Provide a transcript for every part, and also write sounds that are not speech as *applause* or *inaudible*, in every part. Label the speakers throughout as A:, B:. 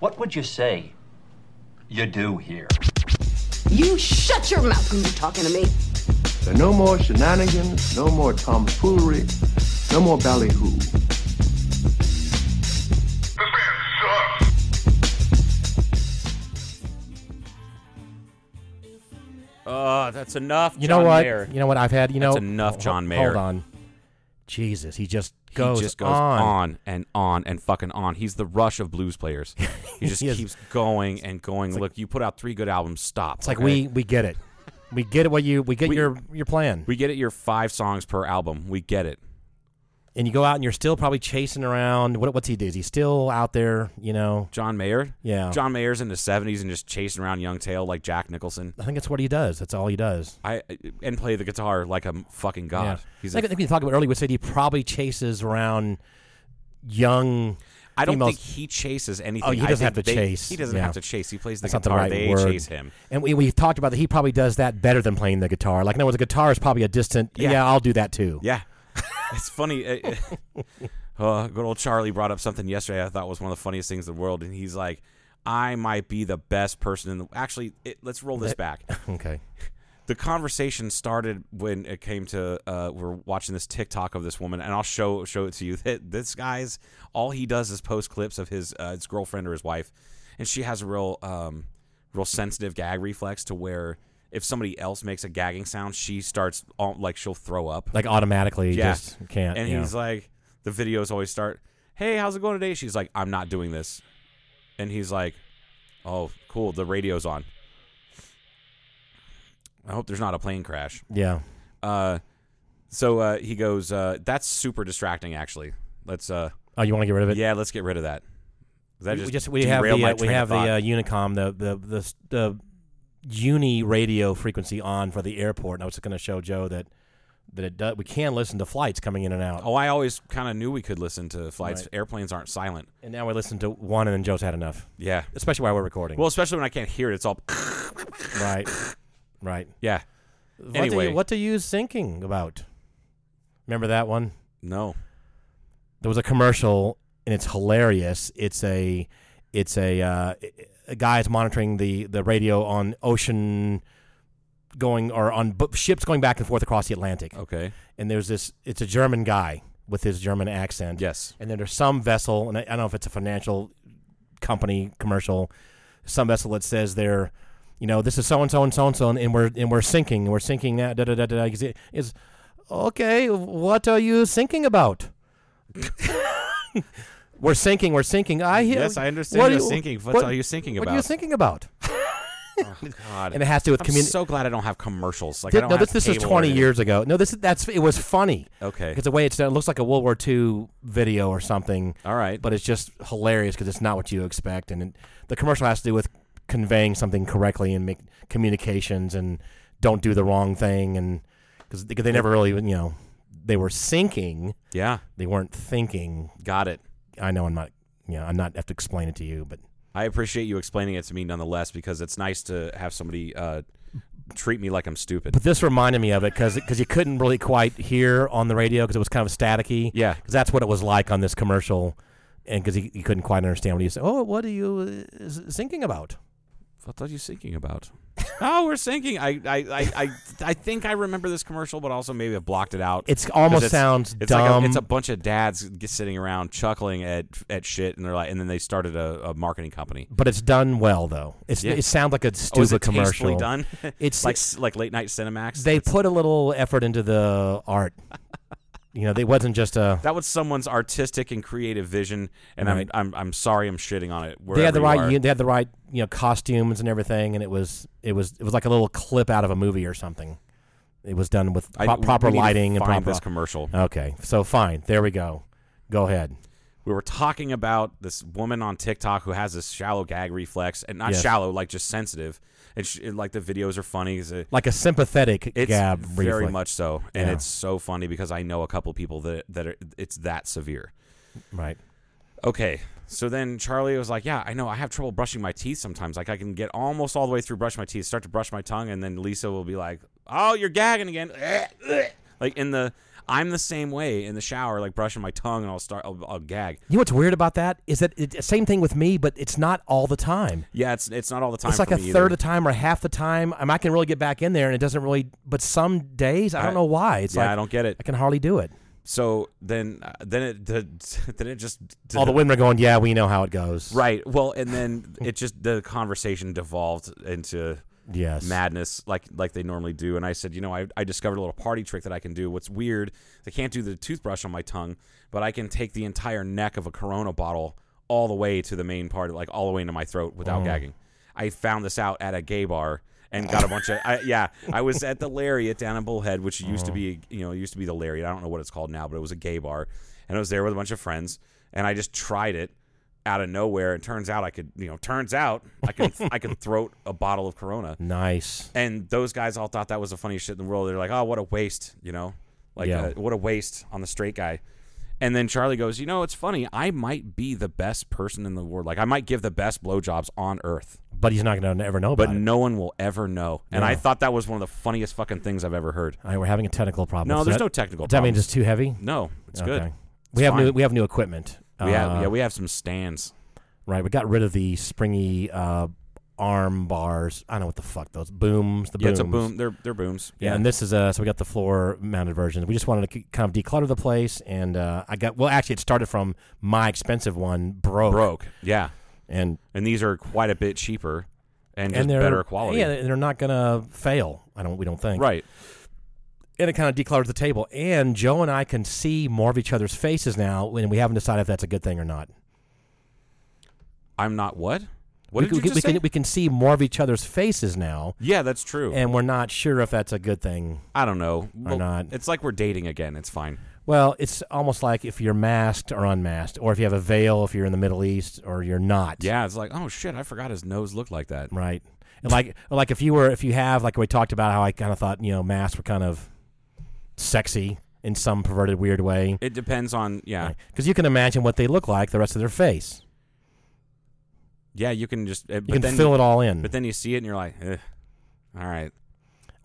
A: What would you say you do here?
B: You shut your mouth when you're talking to me.
C: There are no more shenanigans, no more tomfoolery, no more ballyhoo.
D: Uh, that's enough.
E: You
D: John
E: know what?
D: Mayer.
E: You know what I've had. You know
D: That's enough, John
E: Ho-
D: Mayer.
E: Hold on, Jesus, he just
D: He
E: goes,
D: just goes on. and on and fucking on. He's the rush of blues
E: *laughs*
D: players. He just
E: He is.
D: keeps going and going. Look, you put out three good albums. Stop.
E: It's like we we get it, we get it. What you we get
D: We-
E: your your plan,
D: we get it. Your five songs per album. We get it.
E: and you go out and you're still probably chasing around. What what's he do? Is he still out there? You know,
D: John Mayer.
E: Yeah.
D: John Mayer's in the seventies and just chasing around Young Tail like Jack Nicholson.
E: I think that's what he does. That's all he does.
D: I and play the guitar like a m- fucking
E: Yeah.
D: god. He's a
E: like I think we talked about earlier. We said he probably chases around young.
D: I don't
E: females.
D: think he chases anything.
E: Oh, he
D: I
E: doesn't
D: think
E: have to
D: they-
E: chase.
D: He doesn't
E: Yeah.
D: have to chase. He plays the
E: That's not the
D: guitar.
E: right
D: they
E: word.
D: chase him.
E: And we we talked about that. He probably does that better than playing the guitar. Like, no, the guitar is probably a distant. Yeah,
D: Yeah.
E: I'll do that too.
D: Yeah, *laughs* it's funny. uh, *laughs* uh, good old Charlie brought up something yesterday. I thought was one of the funniest things in the world, and he's like, "I might be the best person in the." Actually, it, let's roll this back.
E: Okay.
D: the conversation started when it came to uh, we're watching this TikTok of this woman, and I'll show show it to you. *laughs* That this guy's all he does is post clips of his uh, his girlfriend or his wife, and she has a real um, real sensitive gag reflex to where if somebody else makes a gagging sound, she starts all, like she'll throw up.
E: Like automatically,
D: Yeah.
E: just can't.
D: And
E: yeah.
D: he's like, the videos always start, "Hey, how's it going today?" She's like, "I'm not doing this," and he's like, "Oh, cool, the radio's on." I hope there's not a plane crash.
E: yeah.
D: Uh, so uh, he goes, uh, "That's super distracting, actually. Let's, uh,
E: Oh, you want to get rid of it?
D: yeah, let's get rid of that." That
E: we
D: just
E: we just we have
D: derailed
E: the
D: my
E: uh, we
D: train of
E: have the
D: thought.
E: uh, Unicom the the the s- the uni radio frequency on for the airport, and I was going to show Joe that that it does, we can listen to flights coming in and out,
D: oh, I always kind of knew we could listen to flights.
E: Right.
D: Airplanes aren't silent.
E: and now we listen to one, and then Joe's had enough,
D: Yeah.
E: especially while we're recording.
D: Well, especially when I can't hear it, it's all *laughs*
E: right, right.
D: yeah.
E: What do
D: Anyway,
E: you, what do you thinking about? Remember that one?
D: No.
E: there was a commercial and it's hilarious. It's a it's a uh, a guy is monitoring the the radio on ocean going or on bo- ships going back and forth across the Atlantic.
D: Okay.
E: And there's this it's a German guy with his German accent.
D: Yes.
E: And then there's some vessel and I, I don't know if it's a financial company commercial some vessel that says they're you know this is so and so and so and so and we're and we're sinking and we're sinking now da da da da da 'Cause it- it's okay what are you thinking
D: *laughs*
E: about we're sinking we're sinking i hear
D: Yes, I understand
E: what
D: you're
E: are you-
D: sinking. What are you thinking
E: what are you
D: about? Oh,
E: thinking about
D: God.
E: *laughs* and it has to do with
D: I'm
E: community
D: so glad I don't have commercials. Like I don't
E: no, this,
D: have
E: this is
D: cable or
E: 20
D: anything.
E: years ago. No, this is that's it was funny.
D: Okay.
E: because the way it's done, it looks like a World War II video or something.
D: All right.
E: but it's just hilarious because it's not what you expect, and it, the commercial has to do with conveying something correctly and make communications and don't do the wrong thing, and because they never really, you know, they were sinking,
D: Yeah.
E: they weren't thinking.
D: Got it.
E: I know I'm not, you know, I'm not have to explain it to you, but
D: I appreciate you explaining it to me nonetheless because it's nice to have somebody uh, treat me like I'm stupid.
E: But this reminded me of it because you couldn't really quite hear on the radio because it was kind of staticky.
D: Yeah.
E: because that's what it was like on this commercial, and because he, he couldn't quite understand what he said. Oh, what are you uh, s- thinking about?
D: What are you thinking
E: *laughs*
D: about? oh, we're sinking. I, I, I, I, I think I remember this commercial, but also maybe I blocked it out.
E: It's
D: 'Cause
E: almost
D: it's-
E: sounds
D: it's
E: dumb.
D: Like a, it's a bunch of dads g- sitting around chuckling at at shit, and they're like, and then they started a, a marketing company.
E: but it's done well though. It's
D: Yeah.
E: it sounds like a stupid
D: Oh, is it
E: commercial.
D: tastefully done? *laughs*
E: It's-
D: like s- like late night Cinemax.
E: They put a little effort into the art. *laughs* you know, they wasn't just a.
D: that was someone's artistic and creative vision, and
E: Right.
D: I'm, I'm I'm sorry I'm shitting on it.
E: They
D: wherever
E: had the
D: you
E: right.
D: are.
E: u- They had the right. You know, costumes and everything, and it was it was it was like a little clip out of a movie or something. It was done with
D: I-
E: pro-
D: we
E: proper
D: need to
E: lighting and
D: find
E: proper.
D: this commercial.
E: Okay, so fine. There we go. Go ahead.
D: we were talking about this woman on TikTok who has this shallow gag reflex, and not
E: Yes.
D: shallow, like just sensitive. And she, and, like the videos are funny. It's, a-
E: Like a sympathetic
D: it's
E: gab
D: very
E: reflex.
D: much so, and
E: Yeah.
D: it's so funny because I know a couple people that that are, it's that severe.
E: right.
D: Okay, so then Charlie was like, "Yeah, I know. I have trouble brushing my teeth sometimes. Like I can get almost all the way through brushing my teeth, start to brush my tongue, and then Lisa will be *laughs* like, "Oh, you're gagging again." Like in the I'm the same way in the shower, like brushing my tongue, and I'll start, I'll, I'll gag.
E: You know what's weird about that is that it, same thing with me, but it's not all the time.
D: Yeah, it's it's not all the time.
E: it's like
D: for
E: a
D: me
E: third of
D: either.
E: the time or half the time. Um, I can really get back in there, and it doesn't really. But some days, I don't
D: I-
E: know why. It's
D: yeah,
E: like
D: I don't get it.
E: I can hardly do
D: *laughs*
E: it.
D: So then, uh, then it the, *laughs* then it just *laughs*
E: All the women are going, "Yeah, we know how it goes."
D: right. Well, and then it just the conversation devolved into
E: Yes.
D: madness like like they normally do. And I said, you know, I, I discovered a little party trick that I can do. What's weird, I can't do the toothbrush on my tongue, but I can take the entire neck of a Corona bottle all the way to the main part, like all the way into my throat without gagging. I found this out at a gay bar and got a bunch of I, yeah. I was at the Lariat down in Bullhead, which used to be you know it used to be the Lariat. I don't know what it's called now, but it was a gay bar, and I was there with a bunch of friends, and I just tried it out of nowhere and turns out I could, you know, turns out I can I can throat a bottle of Corona.
E: Nice.
D: And those guys all thought that was the funniest shit in the world. They're like, "Oh, what a waste," you know, like
E: Yeah.
D: uh, what a waste on the straight guy. And then Charlie goes, "You know, it's funny. I might be the best person in the world. Like, I might give the best blowjobs on earth,
E: But he's not going to ever know about
D: but
E: it.
D: no one will ever know." And I
E: Yeah.
D: thought that was one of the funniest fucking things I've ever heard.
E: All right, we're having a technical problem.
D: No,
E: Does
D: there's
E: that-
D: no technical
E: Does that mean
D: problems.
E: it's too heavy?
D: No, it's
E: okay.
D: good.
E: We have new.
D: fine.
E: We have new equipment.
D: We
E: Uh,
D: have yeah, we have some stands.
E: Right. We got rid of the springy uh, arm bars. I don't know what the fuck those booms. The
D: Yeah, it's a
E: booms.
D: boom. They're they're booms.
E: Yeah, and this is uh, so we got the floor mounted version. We just wanted to k- kind of declutter the place, and uh, I got well. Actually, it started from my expensive one broke,
D: broke. Yeah.
E: and
D: and these are quite a bit cheaper and, just
E: and they're
D: better quality.
E: Yeah, they're not gonna fail. I don't. We don't think.
D: right.
E: and it kind of decluttered the table. And Joe and I can see more of each other's faces now, and we haven't decided if that's a good thing or not.
D: I'm not what? What
E: we,
D: did you
E: we,
D: just
E: we
D: say?
E: can we can see more of each other's faces now,
D: yeah, that's true.
E: and we're not sure if that's a good thing.
D: I don't know. Well,
E: not.
D: It's like we're dating again. It's fine.
E: Well, it's almost like if you're masked or unmasked, or if you have a veil if you're in the Middle East, or you're not.
D: Yeah, it's like oh shit, I forgot his nose looked like that.
E: Right. And like like if you were if you have like we talked about how I kind of thought you know masks were kind of sexy in some perverted weird way
D: It depends on yeah,
E: because you can imagine what they look like the rest of their face.
D: yeah. You can just uh, but
E: You can
D: then,
E: fill it all in.
D: but then you see it and you're like, eh, all right,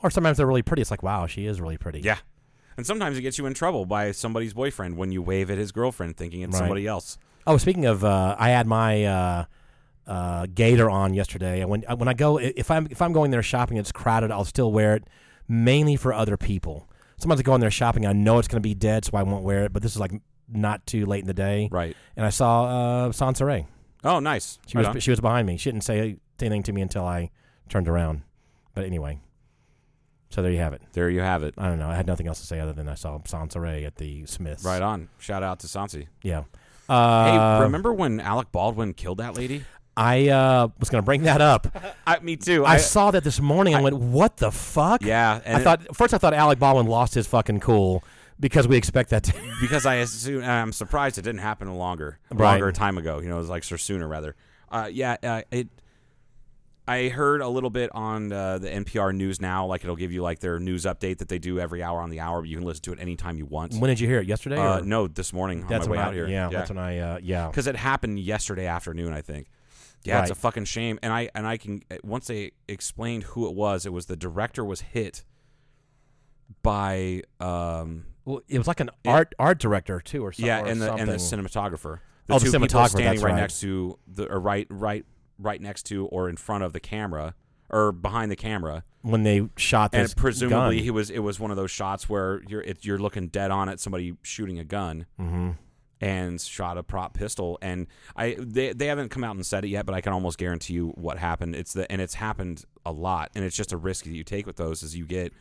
E: or sometimes they're really pretty. It's like wow, she is really pretty.
D: yeah. And sometimes it gets you in trouble by somebody's boyfriend when you wave at his girlfriend thinking it's
E: Right.
D: somebody else.
E: Oh, speaking of, uh, I had my uh, uh, gator on yesterday, and when uh, when I go, if I'm if I'm going there shopping, and it's crowded. I'll still wear it mainly for other people. Sometimes I go in there shopping, I know it's going to be dead, so I won't wear it. But this is like not too late in the day,
D: Right.
E: And I saw uh, Sansaray.
D: Oh, nice.
E: She
D: Right
E: was
D: on.
E: she was behind me. She didn't say anything to me until I turned around. But anyway, so there you have it.
D: there you have it.
E: I don't know. I had nothing else to say other than I saw Sansaray at the Smiths.
D: Right on. Shout out to Sansi.
E: Yeah.
D: Hey,
E: Uh,
D: remember when Alec Baldwin killed that lady?
E: I uh, was going to bring that up.
D: I, me too.
E: I, saw that this morning. I, went, "What the fuck?"
D: Yeah, and
E: I thought first I thought Alec Baldwin lost his fucking cool because we expect that. to *laughs*
D: because I assume and I'm surprised it didn't happen longer,
E: Right.
D: longer time ago. You know, it was like or sooner rather. Uh, yeah, uh, it. I heard a little bit on uh, the NPR News now. Like it'll give you like their news update that they do every hour on the hour, but you can listen to it anytime you want.
E: When did you hear it? Yesterday?
D: uh,
E: or-
D: no, this morning
E: that's
D: on my
E: when
D: way
E: I,
D: out here.
E: Yeah, that's when I. Uh, yeah,
D: because it happened yesterday afternoon, I think. Yeah, it's a
E: Right.
D: fucking shame. And I and I can once they explained who it was, it was the director was hit by um
E: well, it was like an art art director too, or something.
D: yeah,
E: or
D: and the
E: something.
D: and the cinematographer.
E: Oh, the
D: two people
E: cinematographer,
D: standing
E: that's
D: right
E: right.
D: next to the or right right right next to or in front of the camera or behind the camera,
E: when they shot
D: and
E: this
D: presumably
E: gun.
D: he was it was one of those shots where you're it, you're looking dead on at somebody shooting a gun.
E: Mm-hmm.
D: And shot a prop pistol, and I they, they haven't come out and said it yet, but I can almost guarantee you what happened. It's the and it's happened a lot, and it's just a risk that you take with those is you get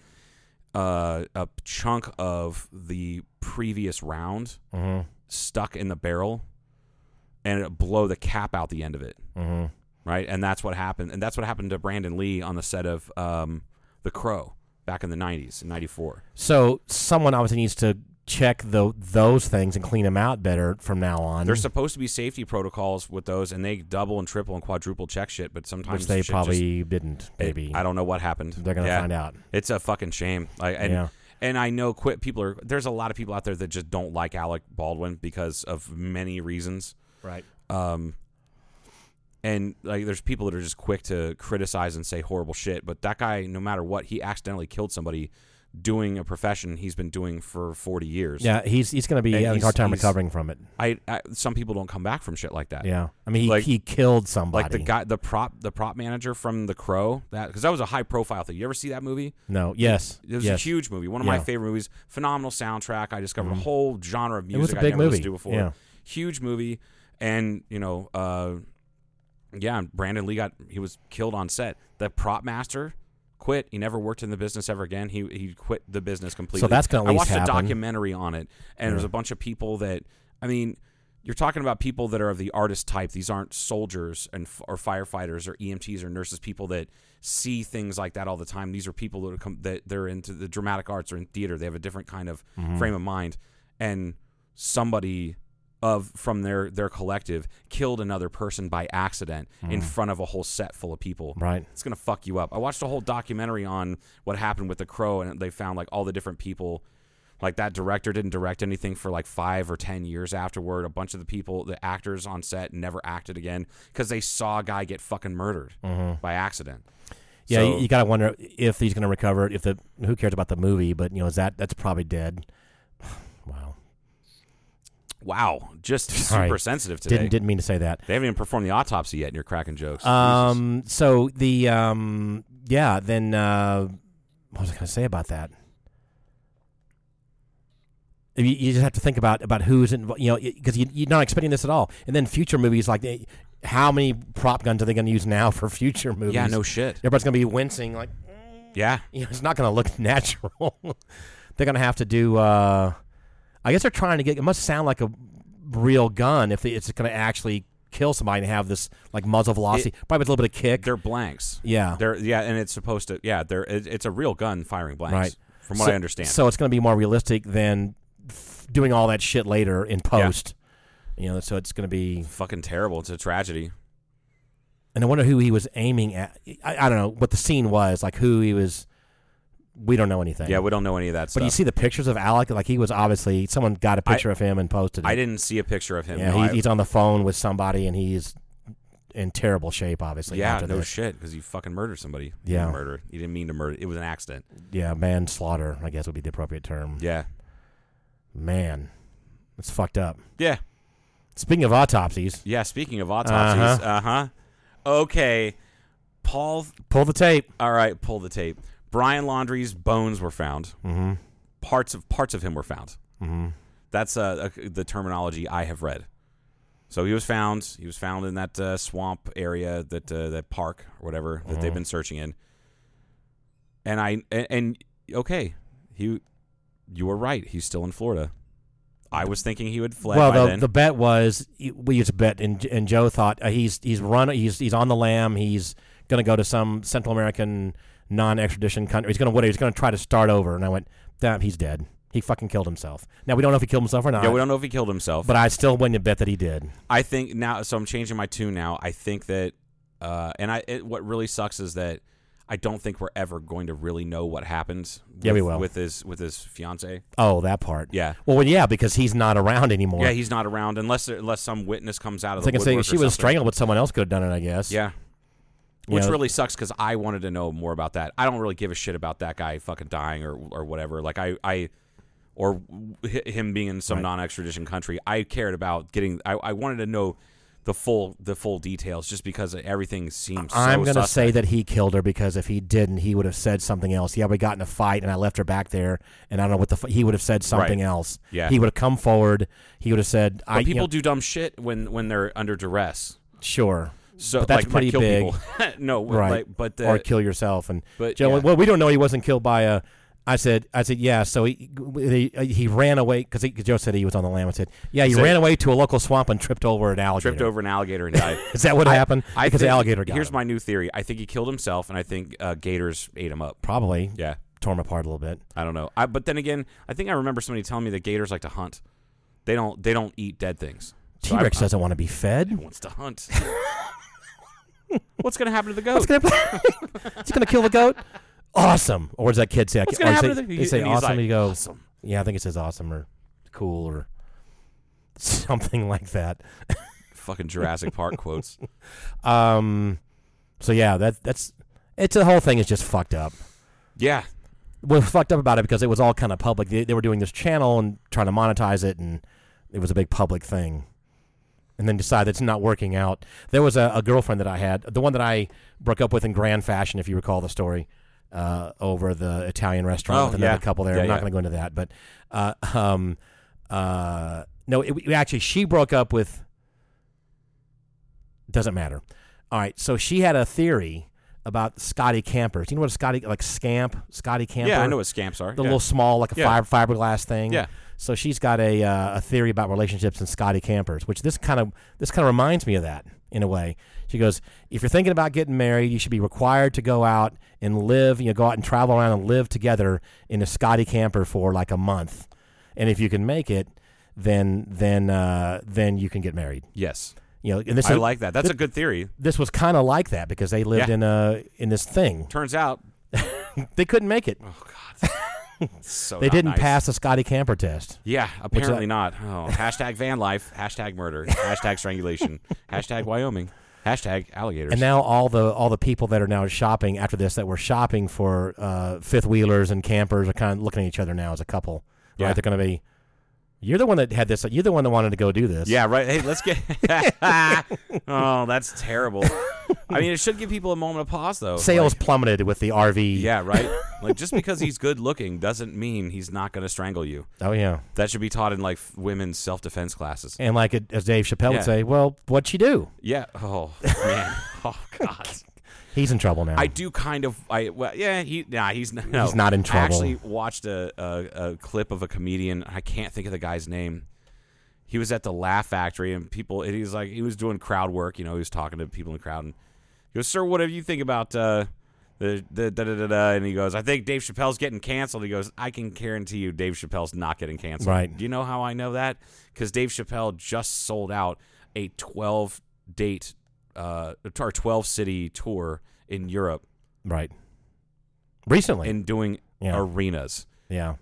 D: uh, a chunk of the previous round
E: Mm-hmm.
D: stuck in the barrel and it blow the cap out the end of it. Mm-hmm. Right. And that's what happened. And that's what happened to Brandon Lee on the set of um, The Crow back in the 90s, in 94.
E: So someone obviously needs to check the those things and clean them out better from now on.
D: There's supposed to be safety protocols with those, and they double and triple and quadruple check shit, but sometimes
E: which they
D: shit just-
E: probably didn't.
D: it-
E: Maybe
D: I don't know what happened.
E: They're gonna find out.
D: It's a fucking shame. Like, and,
E: Yeah.
D: and I know quit people are. There's a lot of people out there that just don't like Alec Baldwin because of many reasons.
E: right.
D: um, and like there's people that are just quick to criticize and say horrible shit but that guy no matter what he accidentally killed somebody doing a profession he's been doing for 40 years.
E: Yeah, he's he's going to be
D: And
E: having a hard
D: he's-
E: time
D: he's-
E: recovering from it.
D: I, I some people don't come back from shit like that.
E: Yeah, I mean he,
D: Like-
E: he killed somebody.
D: Like the guy, the prop, the prop manager from The Crow, that because that was a high profile thing. You ever see that movie?
E: No, yes,
D: It was
E: yes.
D: a huge movie, one of my
E: Yeah. Mm-hmm.
D: favorite movies. Phenomenal soundtrack. I discovered a whole genre of music
E: was a
D: I
E: big
D: never listened
E: movie,
D: to before.
E: yeah.
D: Huge movie, and you know, uh, yeah, Brandon Lee got he was killed on set. The prop master quit. He never worked in the business ever again. He he quit the business completely.
E: that's gonna at
D: I
E: least
D: watched
E: happen.
D: a documentary on it, and there's a bunch of people that I mean. You're talking about people that are of the artist type. These aren't soldiers and f- or firefighters or EMTs or nurses. People that see things like that all the time. These are people that are come that they're into the dramatic arts or in theater. They have a different kind of frame of mind. And somebody of from their their collective killed another person by accident in front of a whole set full of people.
E: Right.
D: It's gonna fuck you up. I watched a whole documentary on what happened with the crow, and they found like all the different people. Like that director didn't direct anything for like five or ten years afterward. A bunch of the people, the actors on set, never acted again because they saw a guy get fucking murdered
E: Mm-hmm.
D: by accident.
E: Yeah,
D: So-
E: you, you got to wonder if he's going to recover. If the who cares about the movie, but you know, is that that's probably dead. wow,
D: wow, just super
E: Sorry.
D: sensitive today.
E: didn't didn't mean to say that.
D: They haven't even performed the autopsy yet, and you're cracking jokes. Jesus.
E: Um, so the um, yeah, then uh, what was I going to say about that? You, you just have to think about about who's involved, you know, because you, you're not expecting this at all. And then future movies like they, how many prop guns are they going to use now for future movies?
D: yeah, no shit.
E: Everybody's going to be wincing like.
D: Yeah,
E: *laughs* you know, it's not going to look natural. *laughs* they're going to have to do. Uh, I guess they're trying to get. It must sound like a real gun if they, it's going to actually kill somebody and have this like muzzle velocity, probably with a little bit of kick.
D: they're blanks.
E: Yeah.
D: they're yeah, and it's supposed to yeah, they're it, it's a real gun firing blanks.
E: Right.
D: From what
E: so,
D: I understand.
E: so it's going to be more realistic than f- doing all that shit later in post. You know, so it's going to be.
D: fucking terrible. It's a tragedy.
E: And I wonder who he was aiming at. I, I don't know what the scene was, like who he was. We don't know anything.
D: Yeah, we don't know any of that
E: but
D: stuff.
E: you see the pictures of Alec, like he was obviously someone got a picture of him and posted it.
D: I didn't see a picture of him.
E: Yeah,
D: no,
E: he,
D: I-
E: he's on the phone with somebody, and he's in terrible shape. Obviously,
D: yeah,
E: after
D: no
E: this.
D: shit, because you fucking murdered somebody.
E: Yeah.
D: You murder. You didn't mean to murder. It was an accident.
E: yeah, manslaughter. I guess would be the appropriate term.
D: Yeah.
E: Man, it's fucked up.
D: Yeah.
E: Speaking of autopsies,
D: Yeah. Speaking of autopsies,
E: Uh-huh.
D: uh huh. Okay. Paul
E: pull the tape.
D: All right, pull the tape. Brian Laundrie's bones were found. Mm-hmm. Parts of parts of him were found. Mm-hmm. That's uh, uh, the terminology I have read. So he was found. He was found in that uh, swamp area, that uh, that park or whatever that
E: Mm-hmm.
D: they've been searching in. And I and, and okay, he, you were right. He's still in Florida. I was thinking he would fled by
E: well, the,
D: then.
E: the bet was we used to bet, and and Joe thought uh, he's he's run he's he's on the lam. He's going to go to some Central American non-extradition country. He's going to what? He's going to try to start over. And I went, damn, he's dead. He fucking killed himself. Now we don't know if he killed himself or not.
D: yeah, we don't know if he killed himself.
E: but I still wouldn't have bet that he did.
D: I think now, so I'm changing my tune now. I think that, uh, and I it, what really sucks is that I don't think we're ever going to really know what happened.
E: Yeah, we
D: with-
E: will.
D: with his with his fiance.
E: Oh, that part.
D: Yeah.
E: Well, well, yeah, because he's not around anymore.
D: Yeah, he's not around unless there, unless some witness comes out of
E: So
D: the
E: I can say
D: woodwork
E: she
D: or
E: was
D: something.
E: strangled, but someone else could have done it. I guess.
D: Yeah. Which
E: know-
D: really sucks because I wanted to know more about that. I don't really give a shit about that guy fucking dying or or whatever. Like I I or hi- him being in some non-extradition country. I cared about getting. I, I wanted to know the full the full details just because everything seems.
E: I'm
D: so
E: gonna
D: suspect.
E: say that he killed her because if he didn't, he would have said something else. Yeah, we got in a fight, and I left her back there, and I don't know what the f- he would have said something
D: Right.
E: else.
D: Yeah.
E: he would have come forward. He would have said, "I
D: But people
E: you know,
D: do dumb shit when when they're under duress.
E: sure."
D: So
E: But that's
D: like, like,
E: pretty
D: kill
E: big.
D: people. *laughs* no,
E: right?
D: like, but the,
E: or kill yourself. And
D: but,
E: Joe,
D: yeah.
E: well, we don't know he wasn't killed by a. I said, I said, yeah. So he he, he ran away because Joe said he was on the lam. I said, yeah, he
D: So-
E: ran away to a local swamp and tripped over an alligator.
D: tripped over an alligator
E: *laughs*
D: and died.
E: Is that what happened?
D: I
E: because
D: think-
E: the alligator got
D: Here's
E: him.
D: my new theory. I think he killed himself, and I think uh, gators ate him up.
E: probably
D: Yeah,
E: tore him apart a little bit.
D: I don't know. I, but then again, I think I remember somebody telling me that gators like to hunt. They don't. They don't eat dead things.
E: T
D: So I-
E: Rex
D: I-
E: doesn't want to be fed.
D: wants to
E: *laughs*
D: hunt. What's gonna happen to the goat?
E: What's gonna *laughs* It's gonna kill the goat. Awesome. Or does that kid say?
D: What's gonna
E: or
D: happen
E: say-
D: to the-
E: They say
D: and he's
E: awesome.
D: like,
E: he goes
D: "Awesome."
E: Yeah, I think it says awesome or cool or something *laughs* like that.
D: Fucking Jurassic Park quotes.
E: Um. So yeah, that that's it's the whole thing is just fucked up.
D: Yeah.
E: what was fucked up about it because it was all kind of public. They, they were doing this channel and trying to monetize it, and it was a big public thing. And then decided it's not working out. There was a, a girlfriend that I had, the one that I broke up with in grand fashion, if you recall the story, uh, over the Italian restaurant
D: Oh,
E: with another
D: yeah.
E: couple there.
D: Yeah,
E: I'm not
D: yeah.
E: going to go into that, but uh, *laughs* um, uh, no, it, it- actually, she broke up with. Doesn't matter. All right, so she had a theory about Scotty Camper. Do you know what a Scotty like scamp, Scotty Camper?
D: Yeah, I know what scamps are.
E: the
D: yeah.
E: little small like a
D: Yeah.
E: fiber, fiberglass thing.
D: Yeah.
E: So she's got a uh, a theory about relationships and Scotty campers, which this kind of this kind of reminds me of that in a way. She goes, if you're thinking about getting married, you should be required to go out and live, you know, go out and travel around and live together in a Scotty camper for like a month, and if you can make it, then then uh, then you can get married.
D: yes,
E: You know, and this
D: I
E: is-
D: like that. That's a good theory.
E: this was kind of like that because they lived
D: Yeah.
E: in a in this thing.
D: Turns out
E: They couldn't make it.
D: so
E: they
D: not
E: didn't
D: Oh, nice.
E: pass the Scotty camper test.
D: Yeah, apparently
E: I-
D: not. Oh, hashtag van life. Hashtag murder. hashtag
E: *laughs*
D: strangulation. hashtag Wyoming. Hashtag alligators.
E: And now all the all the people that are now shopping after this that were shopping for uh, fifth wheelers and campers are kind of looking at each other now as a couple.
D: Yeah.
E: Right? They're going to be. You're the one that had this. You're the one that wanted to go do this.
D: yeah, right. Hey, let's get. *laughs* oh, that's terrible. I mean, it should give people a moment of pause, though.
E: Sales
D: Like,
E: plummeted with the RV. *laughs*
D: yeah, right. Like just because he's good looking doesn't mean he's not going to strangle you.
E: Oh yeah.
D: That should be taught in like women's self defense classes.
E: And like it, as Dave Chappelle
D: Yeah.
E: would say, well, what'd she do?
D: Yeah. Oh
E: *laughs*
D: man. Oh god.
E: He's in trouble now.
D: I do kind of. I well, yeah. He nah. He's n- no,
E: He's not in trouble.
D: I actually watched a, a a clip of a comedian. I can't think of the guy's name. He was at the Laugh Factory, and people. And he was like, he was doing crowd work. You know, he was talking to people in the crowd, and he goes, "Sir, what do you think about uh, the the da da da da?" And he goes, "I think Dave Chappelle's getting canceled." He goes, "I can guarantee you, Dave Chappelle's not getting canceled."
E: Right.
D: Do you know how I know that? Because Dave Chappelle just sold out a twelve date uh or twelve city tour in Europe
E: Right. Recently.
D: and doing
E: Yeah.
D: arenas.
E: yeah.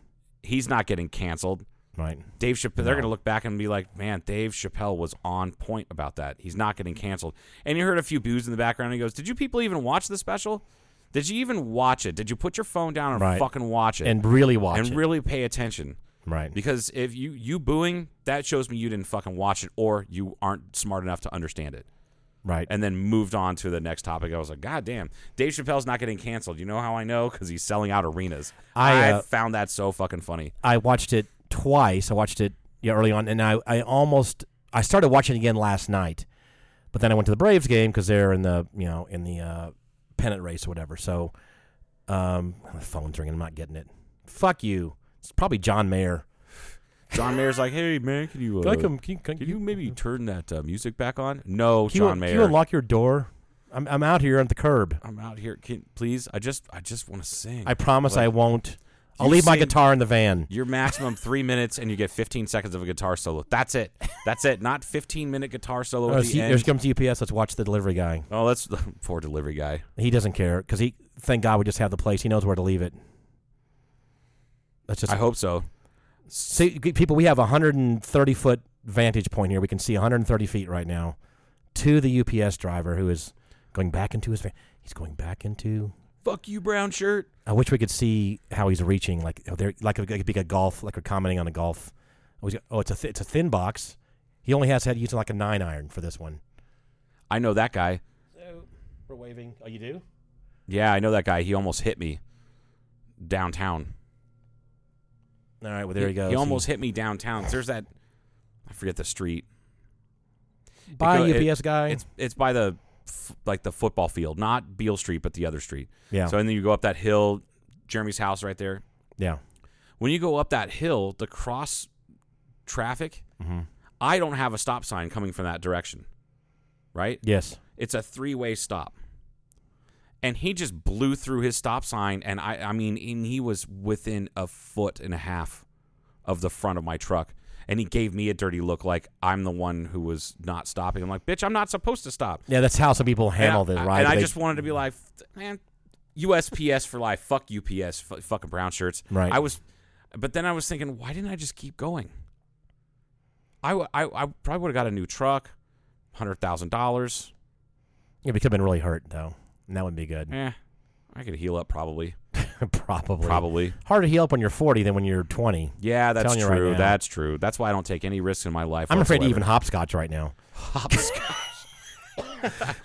D: He's not getting canceled.
E: Right.
D: Dave Chappelle, they're going to look back and be like, man, Dave Chappelle was on point about that. He's not getting canceled. And you heard a few boos in the background. And he goes, Did you people even watch the special? Did you even watch it? Did you put your phone down and
E: Right.
D: fucking watch it?
E: And really watch
D: And
E: it.
D: really pay attention.
E: right.
D: Because if you, you booing, that shows me you didn't fucking watch it or you aren't smart enough to understand it.
E: right.
D: And then moved on to the next topic. I was like, God damn, Dave Chappelle's not getting canceled. You know how I know? Because he's selling out arenas.
E: I, uh,
D: found that so fucking funny.
E: I watched it twice. I watched it yeah, early on, and I, I almost I started watching it again last night, but then I went to the Braves game because they're in the you know in the uh, pennant race or whatever. So um, my phone's ringing. I'm not getting it. Fuck you. It's probably John Mayer.
D: John Mayer's like, "Hey man, can you uh,
E: Can I come- can- can
D: can
E: you-
D: you maybe turn that uh, music back on?" No,
E: Can you,
D: John
E: can
D: Mayer.
E: you unlock your door? I'm I'm out here at the curb.
D: I'm out here. Can please? I just I just want to sing.
E: I promise I
D: Like,
E: won't. I'll
D: you
E: leave my
D: sing-
E: guitar in the van.
D: Your maximum three minutes, and you get 15 seconds of a guitar solo. That's it. That's it. Not 15 minute guitar solo
E: Oh,
D: at
E: see,
D: the
E: here
D: end.
E: comes UPS. Let's watch the delivery guy.
D: Oh, that's *laughs* poor delivery guy.
E: He doesn't care because he. Thank God we just have the place. He knows where to leave it. That's just
D: I hope so.
E: See, g- people, we have a 130 foot vantage point here. We can see 130 feet right now to the UPS driver who is going back into his van. He's going back into.
D: Fuck you, brown shirt.
E: I wish we could see how he's reaching. Like oh, there, like it could be a golf. Like we're commenting on a golf. Oh, he's got- oh, it's a th- it's a thin box. He only has had using like a nine iron for this one.
D: I know that guy.
E: We're waving. Oh, you do?
D: Yeah, I know that guy. He almost hit me downtown.
E: All right. Well, there
D: he,
E: he goes.
D: He almost hit me downtown. There's that. I forget the street.
E: by
D: go- it-
E: UPS guy.
D: It's it's by the f- like the football field, not Beale Street, but the other street.
E: yeah.
D: So and then you go up that hill, Jeremy's house right there.
E: yeah.
D: When you go up that hill, the cross traffic,
E: Mm-hmm.
D: I don't have a stop sign coming from that direction. Right?
E: Yes.
D: It's a three-way stop. And he just blew through his stop sign and I I mean and he was within a foot and a half of the front of my truck. And he gave me a dirty look like I'm the one who was not stopping. I'm like, "Bitch, I'm not supposed to stop."
E: Yeah. That's how some people handle
D: and I,
E: this,
D: I-
E: right?
D: And I
E: They-
D: just wanted to be like, man, USPS for life. Fuck UPS. F- fucking brown shirts.
E: Right.
D: I was, but then I was thinking, why didn't I just keep going? I, w- I, I probably would have got a new truck, hundred thousand dollars.
E: Yeah, but he could have been really hurt though. And that wouldn't be good.
D: Eh, I could heal up probably.
E: *laughs* probably.
D: Probably.
E: Hard to heal up when you're 40 than when you're 20.
D: Yeah, that's
E: Telling you right
D: true.
E: now.
D: that's true. That's why I don't take any risks in my life.
E: I'm afraid to
D: whatsoever.
E: even hopscotch right now.
D: *laughs*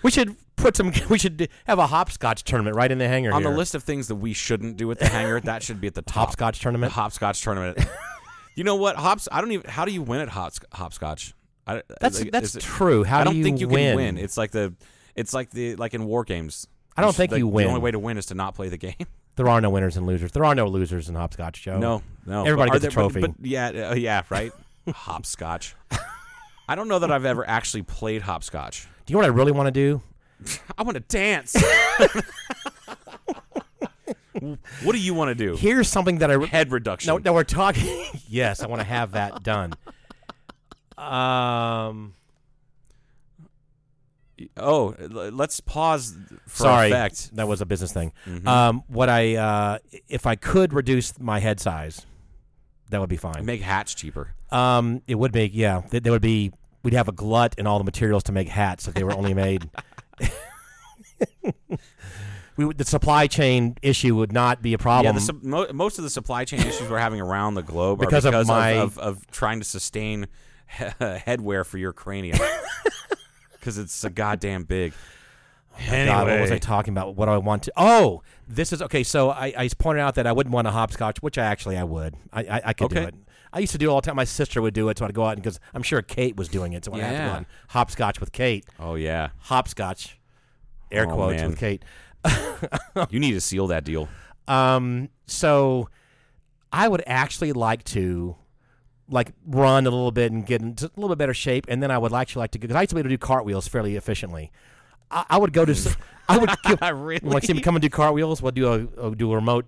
E: We should put some. *laughs* We should have a hopscotch tournament right in the hangar
D: on
E: here.
D: the list of things that we shouldn't do at the hangar, that should be at the top.
E: Hopscotch
D: The
E: tournament.
D: *laughs* hopscotch *laughs* tournament. you know what? Hops. I don't even. How do you win at hops, hopscotch? I, uh,
E: That's-
D: like,
E: that's
D: is
E: true. How
D: I
E: do
D: don't think
E: you
D: you
E: win?
D: can win. It's like the. It's like the like in war games.
E: I don't
D: should-
E: think
D: the,
E: you win.
D: The only way to win is to not play the *laughs* game.
E: There are no winners and losers. There are no losers in hopscotch, Joe.
D: No, no.
E: Oh. Everybody
D: But are
E: gets a
D: there-
E: trophy.
D: But, but yeah, uh, yeah,
E: *laughs*
D: right. hopscotch. I don't know that I've ever actually played hopscotch.
E: Do you know what I really want to do?
D: I want to
E: *laughs*
D: dance. what do you want to do?
E: Here's something that I. re-
D: Head reduction.
E: No, no, we're talking. *laughs* yes, I want to have
D: *laughs*
E: that done. Um,
D: Oh, l- let's pause for
E: sorry,
D: effect. Mm-hmm.
E: that was a business thing. Um, what I uh, if I could reduce my head size, that would be fine.
D: Make hats cheaper.
E: Um, it would make yeah. Th- there would be we'd have a glut in all the materials to make hats if they were only made. *laughs* we would- the supply chain issue would not be a
D: Yeah,
E: problem.
D: the, sup- mo- most of the supply chain issues we're having around the globe
E: Because
D: are
E: of
D: because
E: my-
D: of, of trying to sustain he- *laughs* headwear for your
E: *laughs*
D: cranium because it's so goddamn big. Oh Anyway,
E: God, what was I talking about? What do I want to? Oh, this is okay. So I, I just pointed out that I wouldn't want a hopscotch, which I actually I would. I I, I could do
D: Okay.
E: it. I used to do it all the time. My sister would do it, so I'd go out and because I'm sure Kate was doing it, so I'd have to go
D: Yeah.
E: out and hopscotch with Kate.
D: oh yeah,
E: Hopscotch, air
D: Oh,
E: quotes
D: man.
E: with Kate.
D: you need to seal that deal.
E: Um, so I would actually like to like run a little bit and get into a little bit better shape, and then I would actually like to because I used to be able to do cartwheels fairly efficiently. I, I would go
D: *laughs*
E: to s- I would give,
D: Really?
E: you want to see me come and do cartwheels? We'll do a, a do a remote.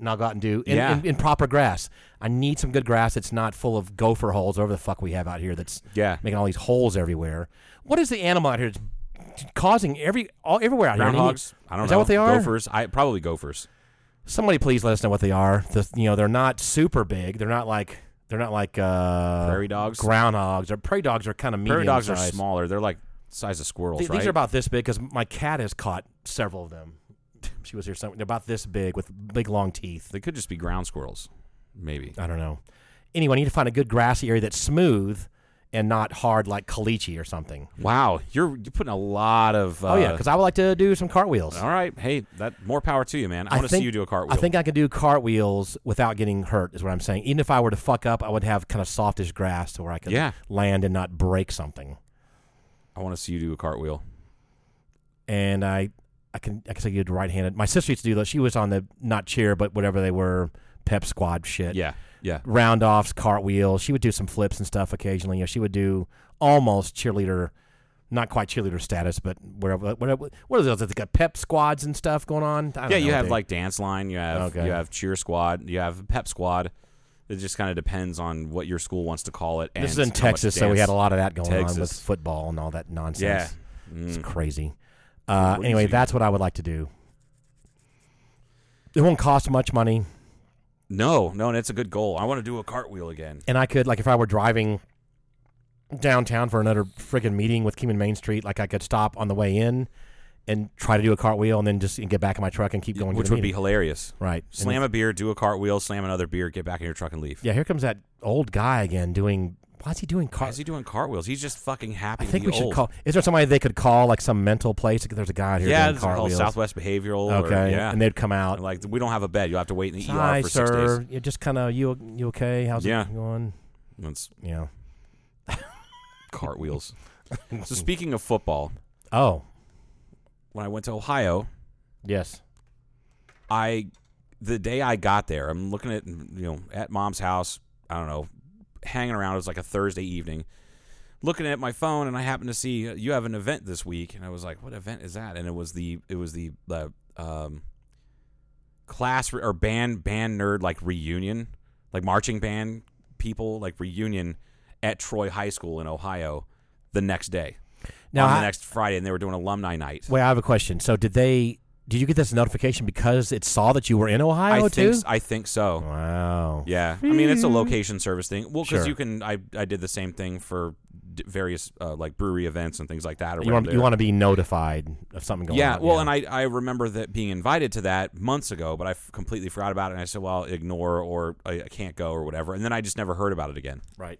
E: And I'll go out and do in,
D: Yeah.
E: in, in proper grass. I need some good grass that's not full of gopher holes, or whatever the fuck we have out here. That's
D: Yeah.
E: making all these holes everywhere. What is the animal out here that's causing every all everywhere out here?
D: Groundhogs. I don't know.
E: Is that what they are?
D: Gophers. I probably gophers.
E: Somebody please let us know what they are. The, you know, they're not super big. They're not like they're not like uh,
D: Prairie dogs?
E: groundhogs, or prairie dogs are kind of medium
D: Prairie dogs are
E: sized.
D: smaller. They're like size of squirrels.
E: Th-
D: right?
E: These are about this big because my cat has caught several of them. *laughs* She was here. Some, they're about this big with big long teeth.
D: They could just be ground squirrels, maybe.
E: I don't know. Anyway, I need to find a good grassy area that's smooth and not hard like caliche or something.
D: Wow, you're you're putting a lot of. Uh,
E: oh yeah, because I would like to do some cartwheels.
D: all right, hey, that more power to you, man. I, want to see
E: think-
D: you do a cartwheel.
E: I think I could do cartwheels without getting hurt. Is what I'm saying. Even if I were to fuck up, I would have kind of softish grass to where I could
D: Yeah.
E: land and not break something.
D: I want to see you do a cartwheel.
E: And I, I can I can say you right-handed. My sister used to do that. She was on the not cheer, but whatever they were, pep squad shit.
D: Yeah, yeah.
E: round offs, cartwheels. She would do some flips and stuff occasionally. You know, she would do almost cheerleader, not quite cheerleader status, but whatever. whatever what are those? They got pep squads and stuff going on. I don't
D: Yeah,
E: know
D: you
E: what
D: have
E: they-
D: like dance line, you have
E: Okay.
D: you have cheer squad, you have pep squad. It just kind of depends on what your school wants to call it. And
E: This is
D: how
E: in
D: much
E: Texas, so we
D: dance-
E: had a lot of that going on with
D: Texas.
E: football and all that nonsense.
D: Yeah, Mm.
E: It's crazy. Uh,
D: Crazy.
E: anyway, that's what I would like to do. It won't cost much money,
D: no, no, and it's a good goal. I want to do a cartwheel again.
E: and I could like if I were driving downtown for another freaking meeting with Keeman Main Street, like I could stop on the way in and try to do a cartwheel, and then just get back in my truck and keep going. to
D: Which
E: the
D: would be
E: meeting.
D: hilarious.
E: right. And
D: Slam a beer, do a cartwheel, slam another beer, get back in your truck and leave.
E: yeah, here comes that old guy again doing. Why is he doing
D: Why
E: car?
D: is he doing cartwheels? He's just fucking happy.
E: I
D: to
E: think
D: be
E: we should
D: old.
E: call. Is there somebody they could call, like some mental place? There's a guy out here
D: Yeah,
E: doing
D: this is called
E: cartwheels.
D: Southwest Behavioral. or-
E: Okay,
D: yeah,
E: and they'd come out.
D: like we don't have a bed. You'll have to wait in the
E: Hi,
D: ER for
E: sir.
D: six days.
E: You're just kind of you. You okay? How's
D: Yeah.
E: it going?
D: That's
E: Yeah.
D: cartwheels. so speaking of football,
E: Oh,
D: when I went to Ohio,
E: yes.
D: I the day I got there, I'm looking at you know at mom's house. I don't know, hanging around. It was like a Thursday evening, looking at my phone, and I happened to see uh, you have an event this week, and I was like, "What event is that?" And it was the it was the uh, um, class re- or band band nerd like reunion, like marching band people like reunion at Troy High School in Ohio the next day.
E: Now,
D: on
E: I-
D: the next Friday, and they were doing alumni night.
E: Wait, I have a question. So, did they? Did you get this notification because it saw that you were in Ohio
D: I
E: too?
D: think s- I think so.
E: Wow.
D: Yeah, I mean it's a location service thing. Well, because
E: Sure.
D: you can, I I did the same thing for d- various uh, like brewery events and things like that. Or
E: You
D: whatever
E: want
D: they
E: you
D: are.
E: want to be notified of something going
D: yeah,
E: on.
D: well, and I, I remember that being invited to that months ago, but I f- completely forgot about it. And I said, well, ignore or I, I can't go or whatever. And then I just never heard about it again.
E: right.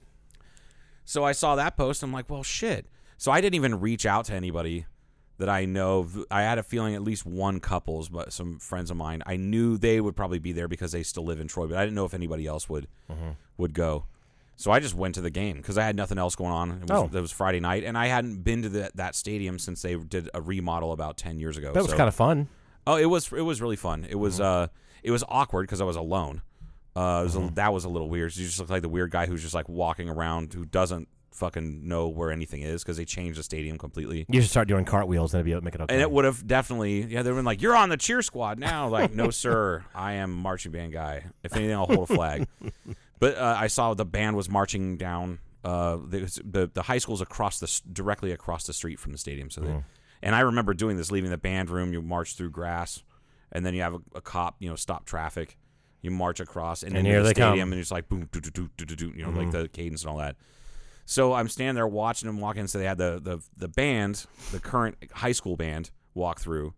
D: So I saw that post. I'm like, well, shit. So I didn't even reach out to anybody that I know. of. I had a feeling at least one couple's, but some friends of mine, I knew they would probably be there because they still live in Troy, but I didn't know if anybody else would
E: Mm-hmm.
D: would go. So I just went to the game because I had nothing else going on. It was,
E: Oh.
D: it was Friday night, and I hadn't been to the, that stadium since they did a remodel about ten years ago.
E: That was
D: So-
E: kind of fun.
D: Oh, it was it was really fun. It was uh it was awkward because I was alone. Uh, it was a- that was a little weird. You just look like the weird guy who's just like walking around who doesn't fucking know where anything is because they changed the stadium completely.
E: You should start doing cartwheels and it'd be able to make it okay.
D: And it would have definitely yeah they've been like you're on the cheer squad now like no sir I am marching band guy if anything I'll hold a flag. but uh, I saw the band was marching down uh the the, the high school's across the s- directly across the street from the stadium so they,
E: Oh.
D: and I remember doing this leaving the band room you march through grass and then you have a, a cop you know stop traffic you march across and,
E: And
D: into
E: here
D: the
E: they come. Mm-hmm.
D: stadium and it's like boom do do do do do do you know like the cadence and all that. So I'm standing there watching them walk in. So they had the the the band, the current high school band, walk through,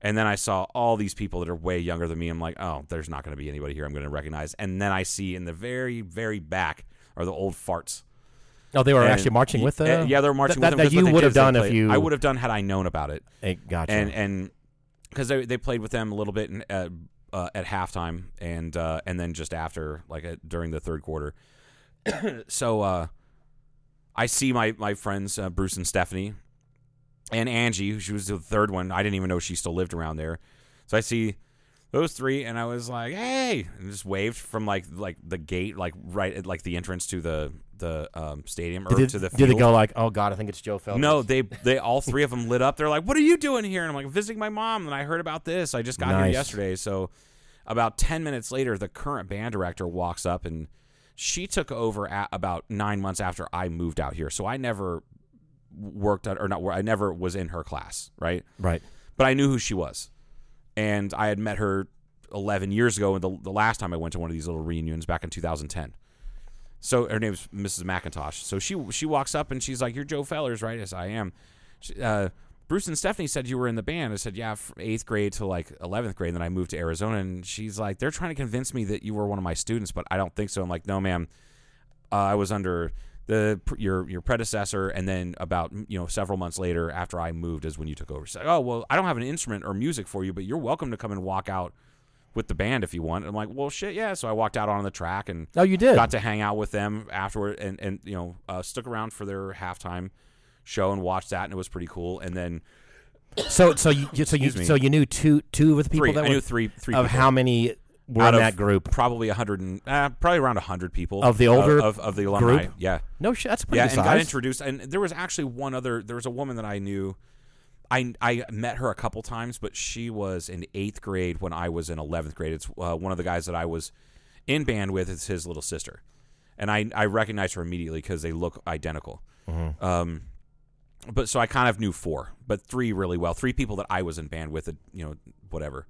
D: and then I saw all these people that are way younger than me. I'm like, oh, there's not going to be anybody here I'm going to recognize. And then I see in the very very back are the old farts.
E: oh, they were
D: And-
E: actually marching with the.
D: Uh, yeah, they're marching
E: that,
D: with them.
E: That
D: 'cause what
E: you
D: they
E: would
D: did
E: have
D: is they
E: done if
D: played-
E: you.
D: I would have done had I known about it
E: Hey, gotcha.
D: and and because they, they played with them a little bit in, uh, uh, at halftime and uh, and then just after like uh, during the third quarter. *coughs* so uh, I see my my friends uh, Bruce and Stephanie and Angie. She was the third one. I didn't even know she still lived around there. So I see those three, and I was like, "Hey!" and just waved from like like the gate, like right at like the entrance to the the um, stadium or
E: did,
D: to the
E: did
D: field.
E: they go like, oh god, I think it's Joe Phelps?
D: No, they they all three of them lit up. They're like, "What are you doing here?" And I'm like, "Visiting my mom." And I heard about this. I just got here
E: Nice.
D: yesterday. So about ten minutes later, the current band director walks up, and she took over at about nine months after I moved out here. So I never worked at, or not. wor- I never was in her class, right?
E: Right.
D: But I knew who she was, and I had met her eleven years ago. And the the last time I went to one of these little reunions back in 2010. So her name's Mrs. McIntosh. So she she walks up and she's like, "You're Joe Fellers, right?" Yes, I am. She, uh, Bruce and Stephanie said you were in the band. I said, "Yeah, f- eighth grade to like eleventh grade." And then I moved to Arizona, and she's like, "They're trying to convince me that you were one of my students, but I don't think so." I'm like, "No, ma'am, uh, I was under the pr- your your predecessor, and then about you know several months later, after I moved, is when you took over." She's like, "Oh, well, I don't have an instrument or music for you, but you're welcome to come and walk out." With the band, if you want, I'm like, well, shit, yeah. So I walked out on the track, and
E: Oh, you did.
D: got to hang out with them afterward and and you know uh, stuck around for their halftime show and watched that and it was pretty cool and then
E: so so you you- so you
D: Excuse me.
E: so you knew two two of the people
D: Three.
E: that
D: I
E: were
D: knew three- three
E: of
D: people.
E: how many were
D: out
E: in
D: of
E: that group.
D: probably 100 and uh, probably around 100 people
E: Of the older
D: of, of, of the alumni
E: group?
D: yeah
E: No shit, that's a pretty
D: yeah
E: good
D: and got
E: size.
D: introduced and there was actually one other there was a woman that I knew I, I met her a couple times but she was in eighth grade when I was in 11th grade it's uh, one of the guys that I was in band with it's his little sister and I, I recognized her immediately because they look identical um but so I kind of knew four, but three really well. Three people that I was in band with, uh, you know, whatever.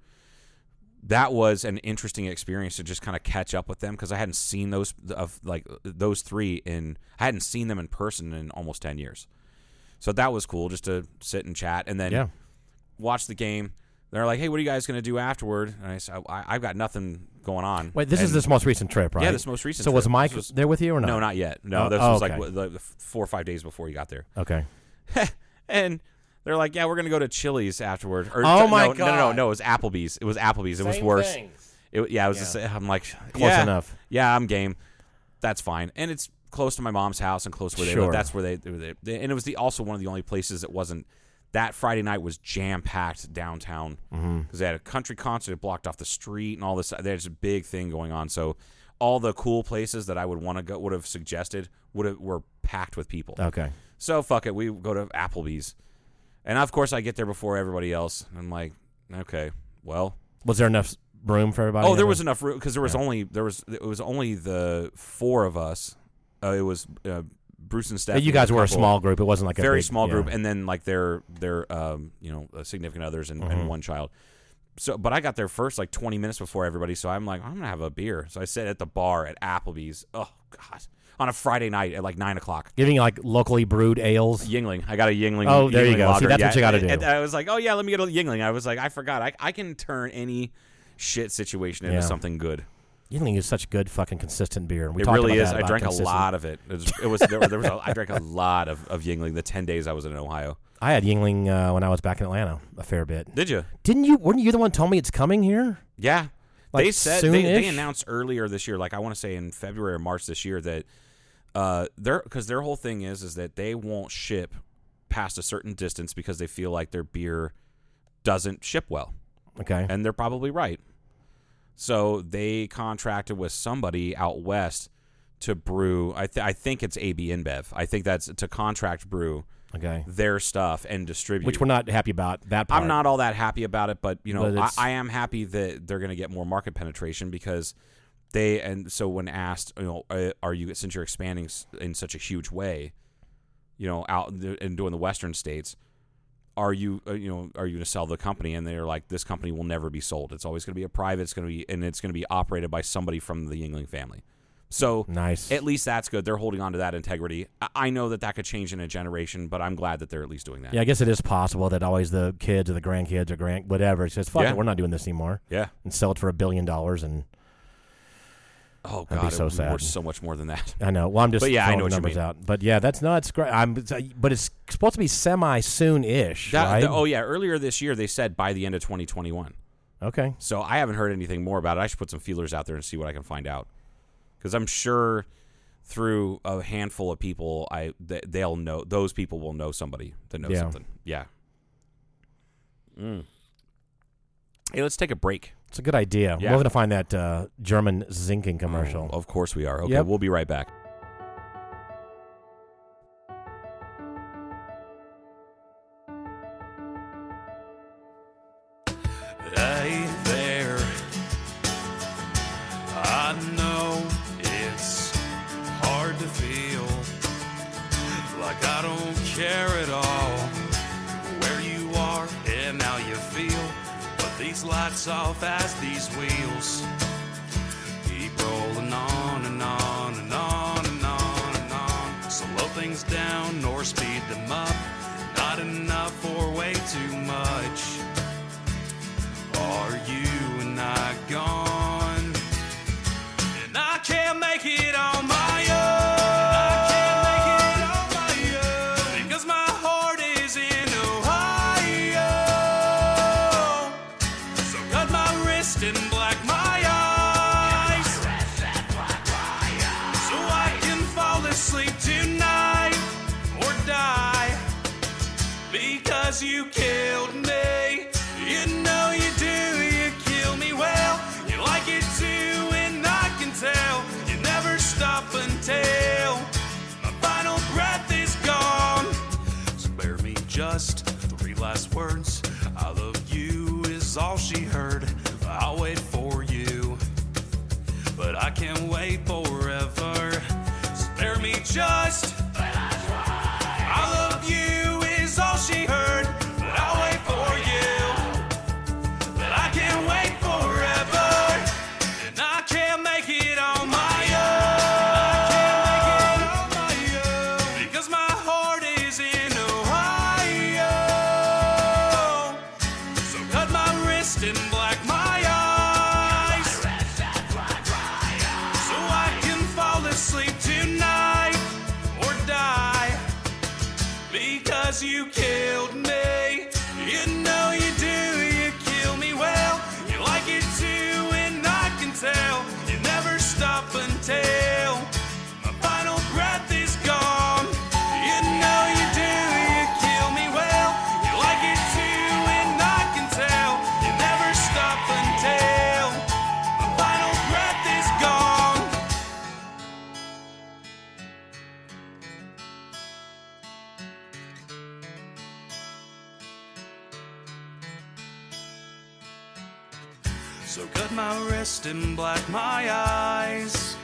D: That was an interesting experience to just kind of catch up with them because I hadn't seen those of like those three in I hadn't seen them in person in almost ten years. So that was cool just to sit and chat and then
E: Yeah.
D: watch the game. They're like, "Hey, what are you guys going to do afterward?" And I said, I, "I've got nothing going on."
E: Wait, this is
D: And-
E: this most recent trip, right?
D: Yeah, this most recent
E: So was
D: trip.
E: Mike
D: This was-
E: there with you or not?
D: No, not yet. No,
E: Oh,
D: this
E: oh,
D: was like
E: okay.
D: w- the, the f- four or five days before you got there.
E: Okay.
D: and they're like, "Yeah, we're gonna go to Chili's afterward." Or,
E: Oh
D: no,
E: my
D: no, No, no, no,
E: God.
D: it was Applebee's. It was Applebee's. It was
E: Same
D: worse.
E: thing.
D: It, yeah, it was. The, sa- I'm like,
E: Close
D: yeah,
E: enough.
D: Yeah, I'm game. That's fine, and it's close to my mom's house and close to where they
E: Sure.
D: live. That's where they, they, were there. and it was the also one of the only places that wasn't. That Friday night was jam packed downtown because
E: Mm-hmm.
D: they had a country concert that blocked off the street and all this. There's a big thing going on, so all the cool places that I would want to go would have suggested would have were packed with people.
E: Okay.
D: So fuck it, we go to Applebee's, and of course I get there before everybody else. And I'm like, okay, well,
E: Was there enough s- room for everybody?
D: oh, there
E: in
D: was enough room because there was only there was it was only the four of us. Uh, it was uh, Bruce and
E: Yeah,
D: Stephanie.
E: You guys were a
D: couple,
E: small group. It wasn't like a
D: very
E: big-
D: small
E: yeah.
D: group, and then like their their um, you know uh, significant others and,
E: Mm-hmm.
D: and one child. So, but I got there first, like 20 minutes before everybody. So I'm like, I'm gonna have a beer. So I sit at the bar at Applebee's. Oh God, on a Friday night at like nine o'clock.
E: Giving like locally brewed ales.
D: Yingling. I got a Yingling.
E: Oh, there you
D: Yingling
E: go.
D: lager.
E: See, that's what you gotta
D: and-
E: do.
D: and I was like, oh yeah, let me get a Yingling. I was like, I forgot. I, I can turn any shit situation into
E: Yeah.
D: something good.
E: Yingling is such good fucking consistent beer. We
D: It
E: talked
D: really
E: about
D: is.
E: that,
D: I
E: about
D: drank a
E: consistent-
D: lot of it. It was. It was there, there was a, I drank a lot of, of Yingling the ten days I was in Ohio.
E: I had Yingling uh, when I was back in Atlanta a fair bit.
D: Did you?
E: Didn't you? Weren't you the one who told me it's coming here?
D: Yeah.
E: Like,
D: they said they, they
E: soon-ish?
D: announced earlier this year, like I want to say in February or March this year, that uh, their because their whole thing is is that they won't ship past a certain distance because they feel like their beer doesn't ship well,
E: Okay.
D: and they're probably right. So they contracted with somebody out west to brew. I th- I think it's AB InBev. I think that's to contract brew
E: okay.
D: their stuff and distribute.
E: Which we're not happy about that part.
D: I'm not all that happy about it, but you know,
E: But it's-
D: I, I am happy that they're going to get more market penetration because they and so when asked, you know, uh, are you since you're expanding s- in such a huge way, you know, out in the- and doing the western states, are you uh, you know are you going to sell the company? And they're like, this company will never be sold. It's always going to be a private. It's going to be and it's going to be operated by somebody from the Yingling family. So
E: Nice.
D: At least that's good. They're holding on to that integrity. I- I know that that could change in a generation, but I'm glad that they're at least doing that.
E: Yeah, I guess it is possible that always the kids or the grandkids or grand whatever says, "Fuck
D: Yeah.
E: it, we're not doing this anymore,"
D: Yeah.
E: and sell it for a billion dollars. And
D: Oh
E: That'd
D: god,
E: be
D: it
E: so
D: was
E: sad.
D: worth so much more than
E: *laughs*
D: that.
E: I know. Well, I'm just
D: But yeah, I
E: throwing
D: know what
E: the
D: you
E: numbers
D: mean.
E: out. But yeah, that's nuts. Great. I'm, but it's supposed to be semi soon ish,
D: That-
E: right?
D: the- oh yeah, earlier this year they said by the end of 2021.
E: Okay.
D: So I haven't heard anything more about it. I should put some feelers out there and see what I can find out, because I'm sure through a handful of people, I th- they'll know those people will know somebody that knows
E: Yeah.
D: something. Yeah. Mm. Hey, let's take a break.
E: It's a good idea.
D: Yeah. Oh,
E: We're going to find that uh, German Zinken commercial.
D: Of course we are. Okay,
E: Yep.
D: we'll be right back.
F: Hey there. I know it's hard to feel like I don't care at all where you are and how you feel. But these lights off as these wheels keep rolling on and on and on and on and on. Slow things down or speed them up. Not enough or way too much. Are you and I gone? And I can't make it on my own. Because my heart is in Ohio. So cut my wrist and black my eyes. So I can fall asleep tonight or die because you killed me. You know you do, you kill me well. You like it too, and I can tell. You never stop until my final breath is gone. So bear me just three last words. I love you is all she heard. I'll wait for you but I can't wait forever. Spare me just. I love you is all she heard, but I'll wait for you. But I can't wait forever, and I can't make it on my own. Because my heart is in Ohio. So cut my wrist and black my eyes so I can fall asleep tonight or die because you killed me. You know you do, you kill me well. You like it too, and I can tell you never stop until my final breath is gone. You know you do, you kill me well. You like it too, and I can tell you never stop until my final breath is gone. So cut my wrist and black my eyes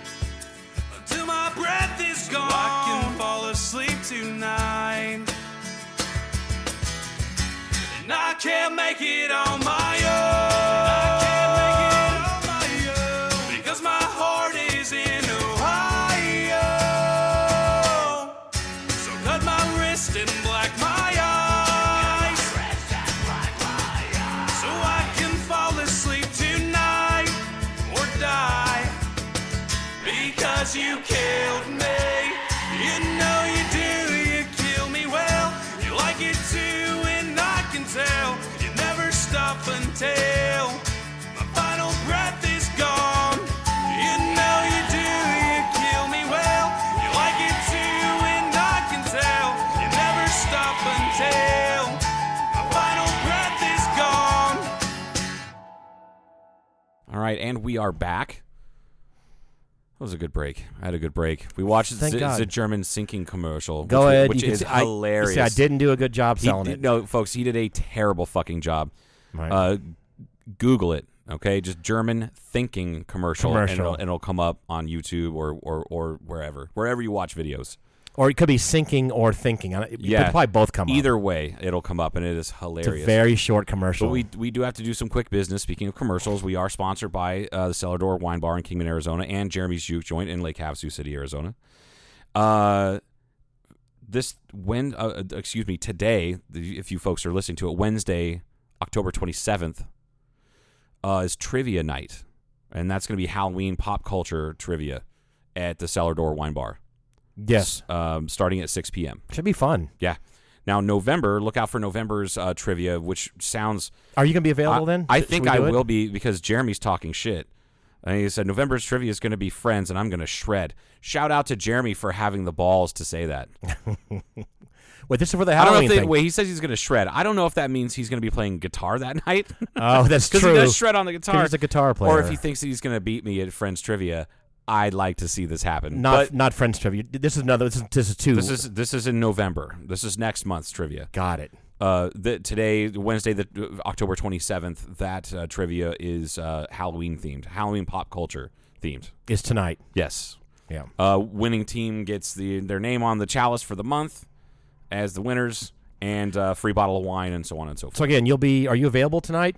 F: until my breath is gone. I can fall asleep tonight, and I can't make it on my own. Because my heart is in Ohio, Because you killed me. You know you do, you kill me well. You like it too, and I can tell. You never stop until my final breath is gone. You know you do, you kill me well. You like it too, and I can tell. You never stop until my final breath is gone.
D: All right, and we are back. That was a good break. I had a good break. We watched
E: Thank
D: the,
E: God.
D: the German sinking commercial.
E: Go
D: which,
E: ahead.
D: Which
E: you can
D: is
E: see- I- you
D: hilarious.
E: see, I didn't do a good job
D: He-
E: selling it.
D: No, folks, he did a terrible fucking job.
E: Right.
D: Uh, Google it, okay? Just German thinking commercial, And,
E: Commercial.
D: it'll, and it'll come up on YouTube or, or, or wherever, wherever you watch videos.
E: Or it could be sinking or thinking. I don't- It
D: Yeah,
E: could probably both come up.
D: Either way, it'll come up, and it is hilarious.
E: It's a very short
D: But
E: commercial.
D: we we do have to do some quick business. Speaking of commercials, we are sponsored by uh, the Cellar Door Wine Bar in Kingman, Arizona, and Jeremy's Juke Joint in Lake Havasu City, Arizona. Uh, this when uh, uh, excuse me today, the- if you folks are listening to it, Wednesday, October twenty seventh, uh, is trivia night, and that's going to be Halloween pop culture trivia at the Cellar Door Wine Bar,
E: yes,
D: um, starting at six p.m.
E: should be fun.
D: Yeah. Now November, look out for November's uh, trivia, which sounds
E: Are you going to be available
D: I,
E: then?
D: I
E: Sh- should
D: think
E: we
D: I
E: do it?
D: will be because Jeremy's talking shit. And he said November's trivia is going to be friends, and I'm going to shred. Shout out to Jeremy for having the balls to say that.
E: Wait, this is for the
D: I don't know
E: Halloween
D: if they,
E: thing.
D: wait. He says he's going to shred. I don't know if that means he's going to be playing guitar that *laughs* night.
E: Oh, that's
D: because he
E: true.
D: does shred on the
E: 'Cause
D: guitar.
E: He's a guitar player.
D: Or if he thinks that he's going to beat me at Friends trivia, I'd like to see this happen.
E: not
D: But
E: not Friends trivia. This is another. This is, this is two.
D: this is this is in November. This is next month's trivia.
E: got it.
D: uh, the, today, Wednesday, the October twenty seventh, that uh, trivia is uh, Halloween themed, Halloween pop culture themed.
E: Is tonight.
D: Yes,
E: Yeah.
D: uh, winning team gets the their name on the chalice for the month as the winners, and uh, free bottle of wine, and so on and so forth.
E: So again, you'll be. Are you available tonight?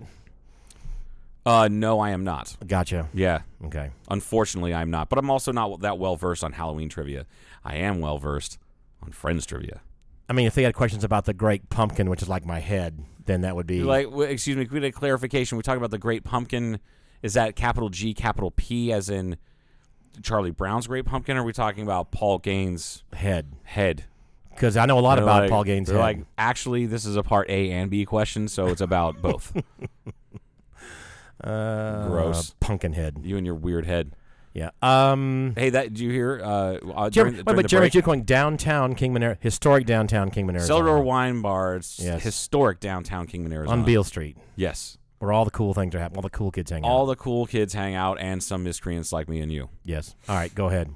D: Uh, no, I am not.
E: Gotcha.
D: Yeah,
E: Okay.
D: unfortunately, I'm not. But I'm also not that well versed on Halloween trivia. I am well versed on Friends trivia.
E: I mean, if they had questions about the Great Pumpkin, which is like my head, then that would be
D: Like, w- excuse me, can we get a clarification? We talk about the Great Pumpkin. Is that capital G, capital P, as in Charlie Brown's Great Pumpkin? Or are we talking about Paul Gaines'
E: head.
D: head?
E: Because I know a lot
D: They're
E: about
D: like-
E: Paul Gaines'
D: they're
E: head.
D: Like, actually, this is a part A and B question, so it's about both.
E: *laughs* uh,
D: gross.
E: pumpkin head.
D: You and your weird head.
E: Yeah. Um.
D: Hey, that did you hear? Uh, uh, during, the-
E: Jeremy, wait,
D: during
E: but
D: the
E: Jeremy
D: break,
E: Duke going downtown Kingman, Ari- historic downtown Kingman, Arizona,
D: Cellar Wine Bar, it's
E: Yes.
D: historic downtown Kingman, Arizona.
E: on Beale Street,
D: Yes,
E: where all the cool things are happening, all the cool kids hang
D: all
E: out.
D: the cool kids hang out, and some miscreants like me and you.
E: Yes. All right, go ahead.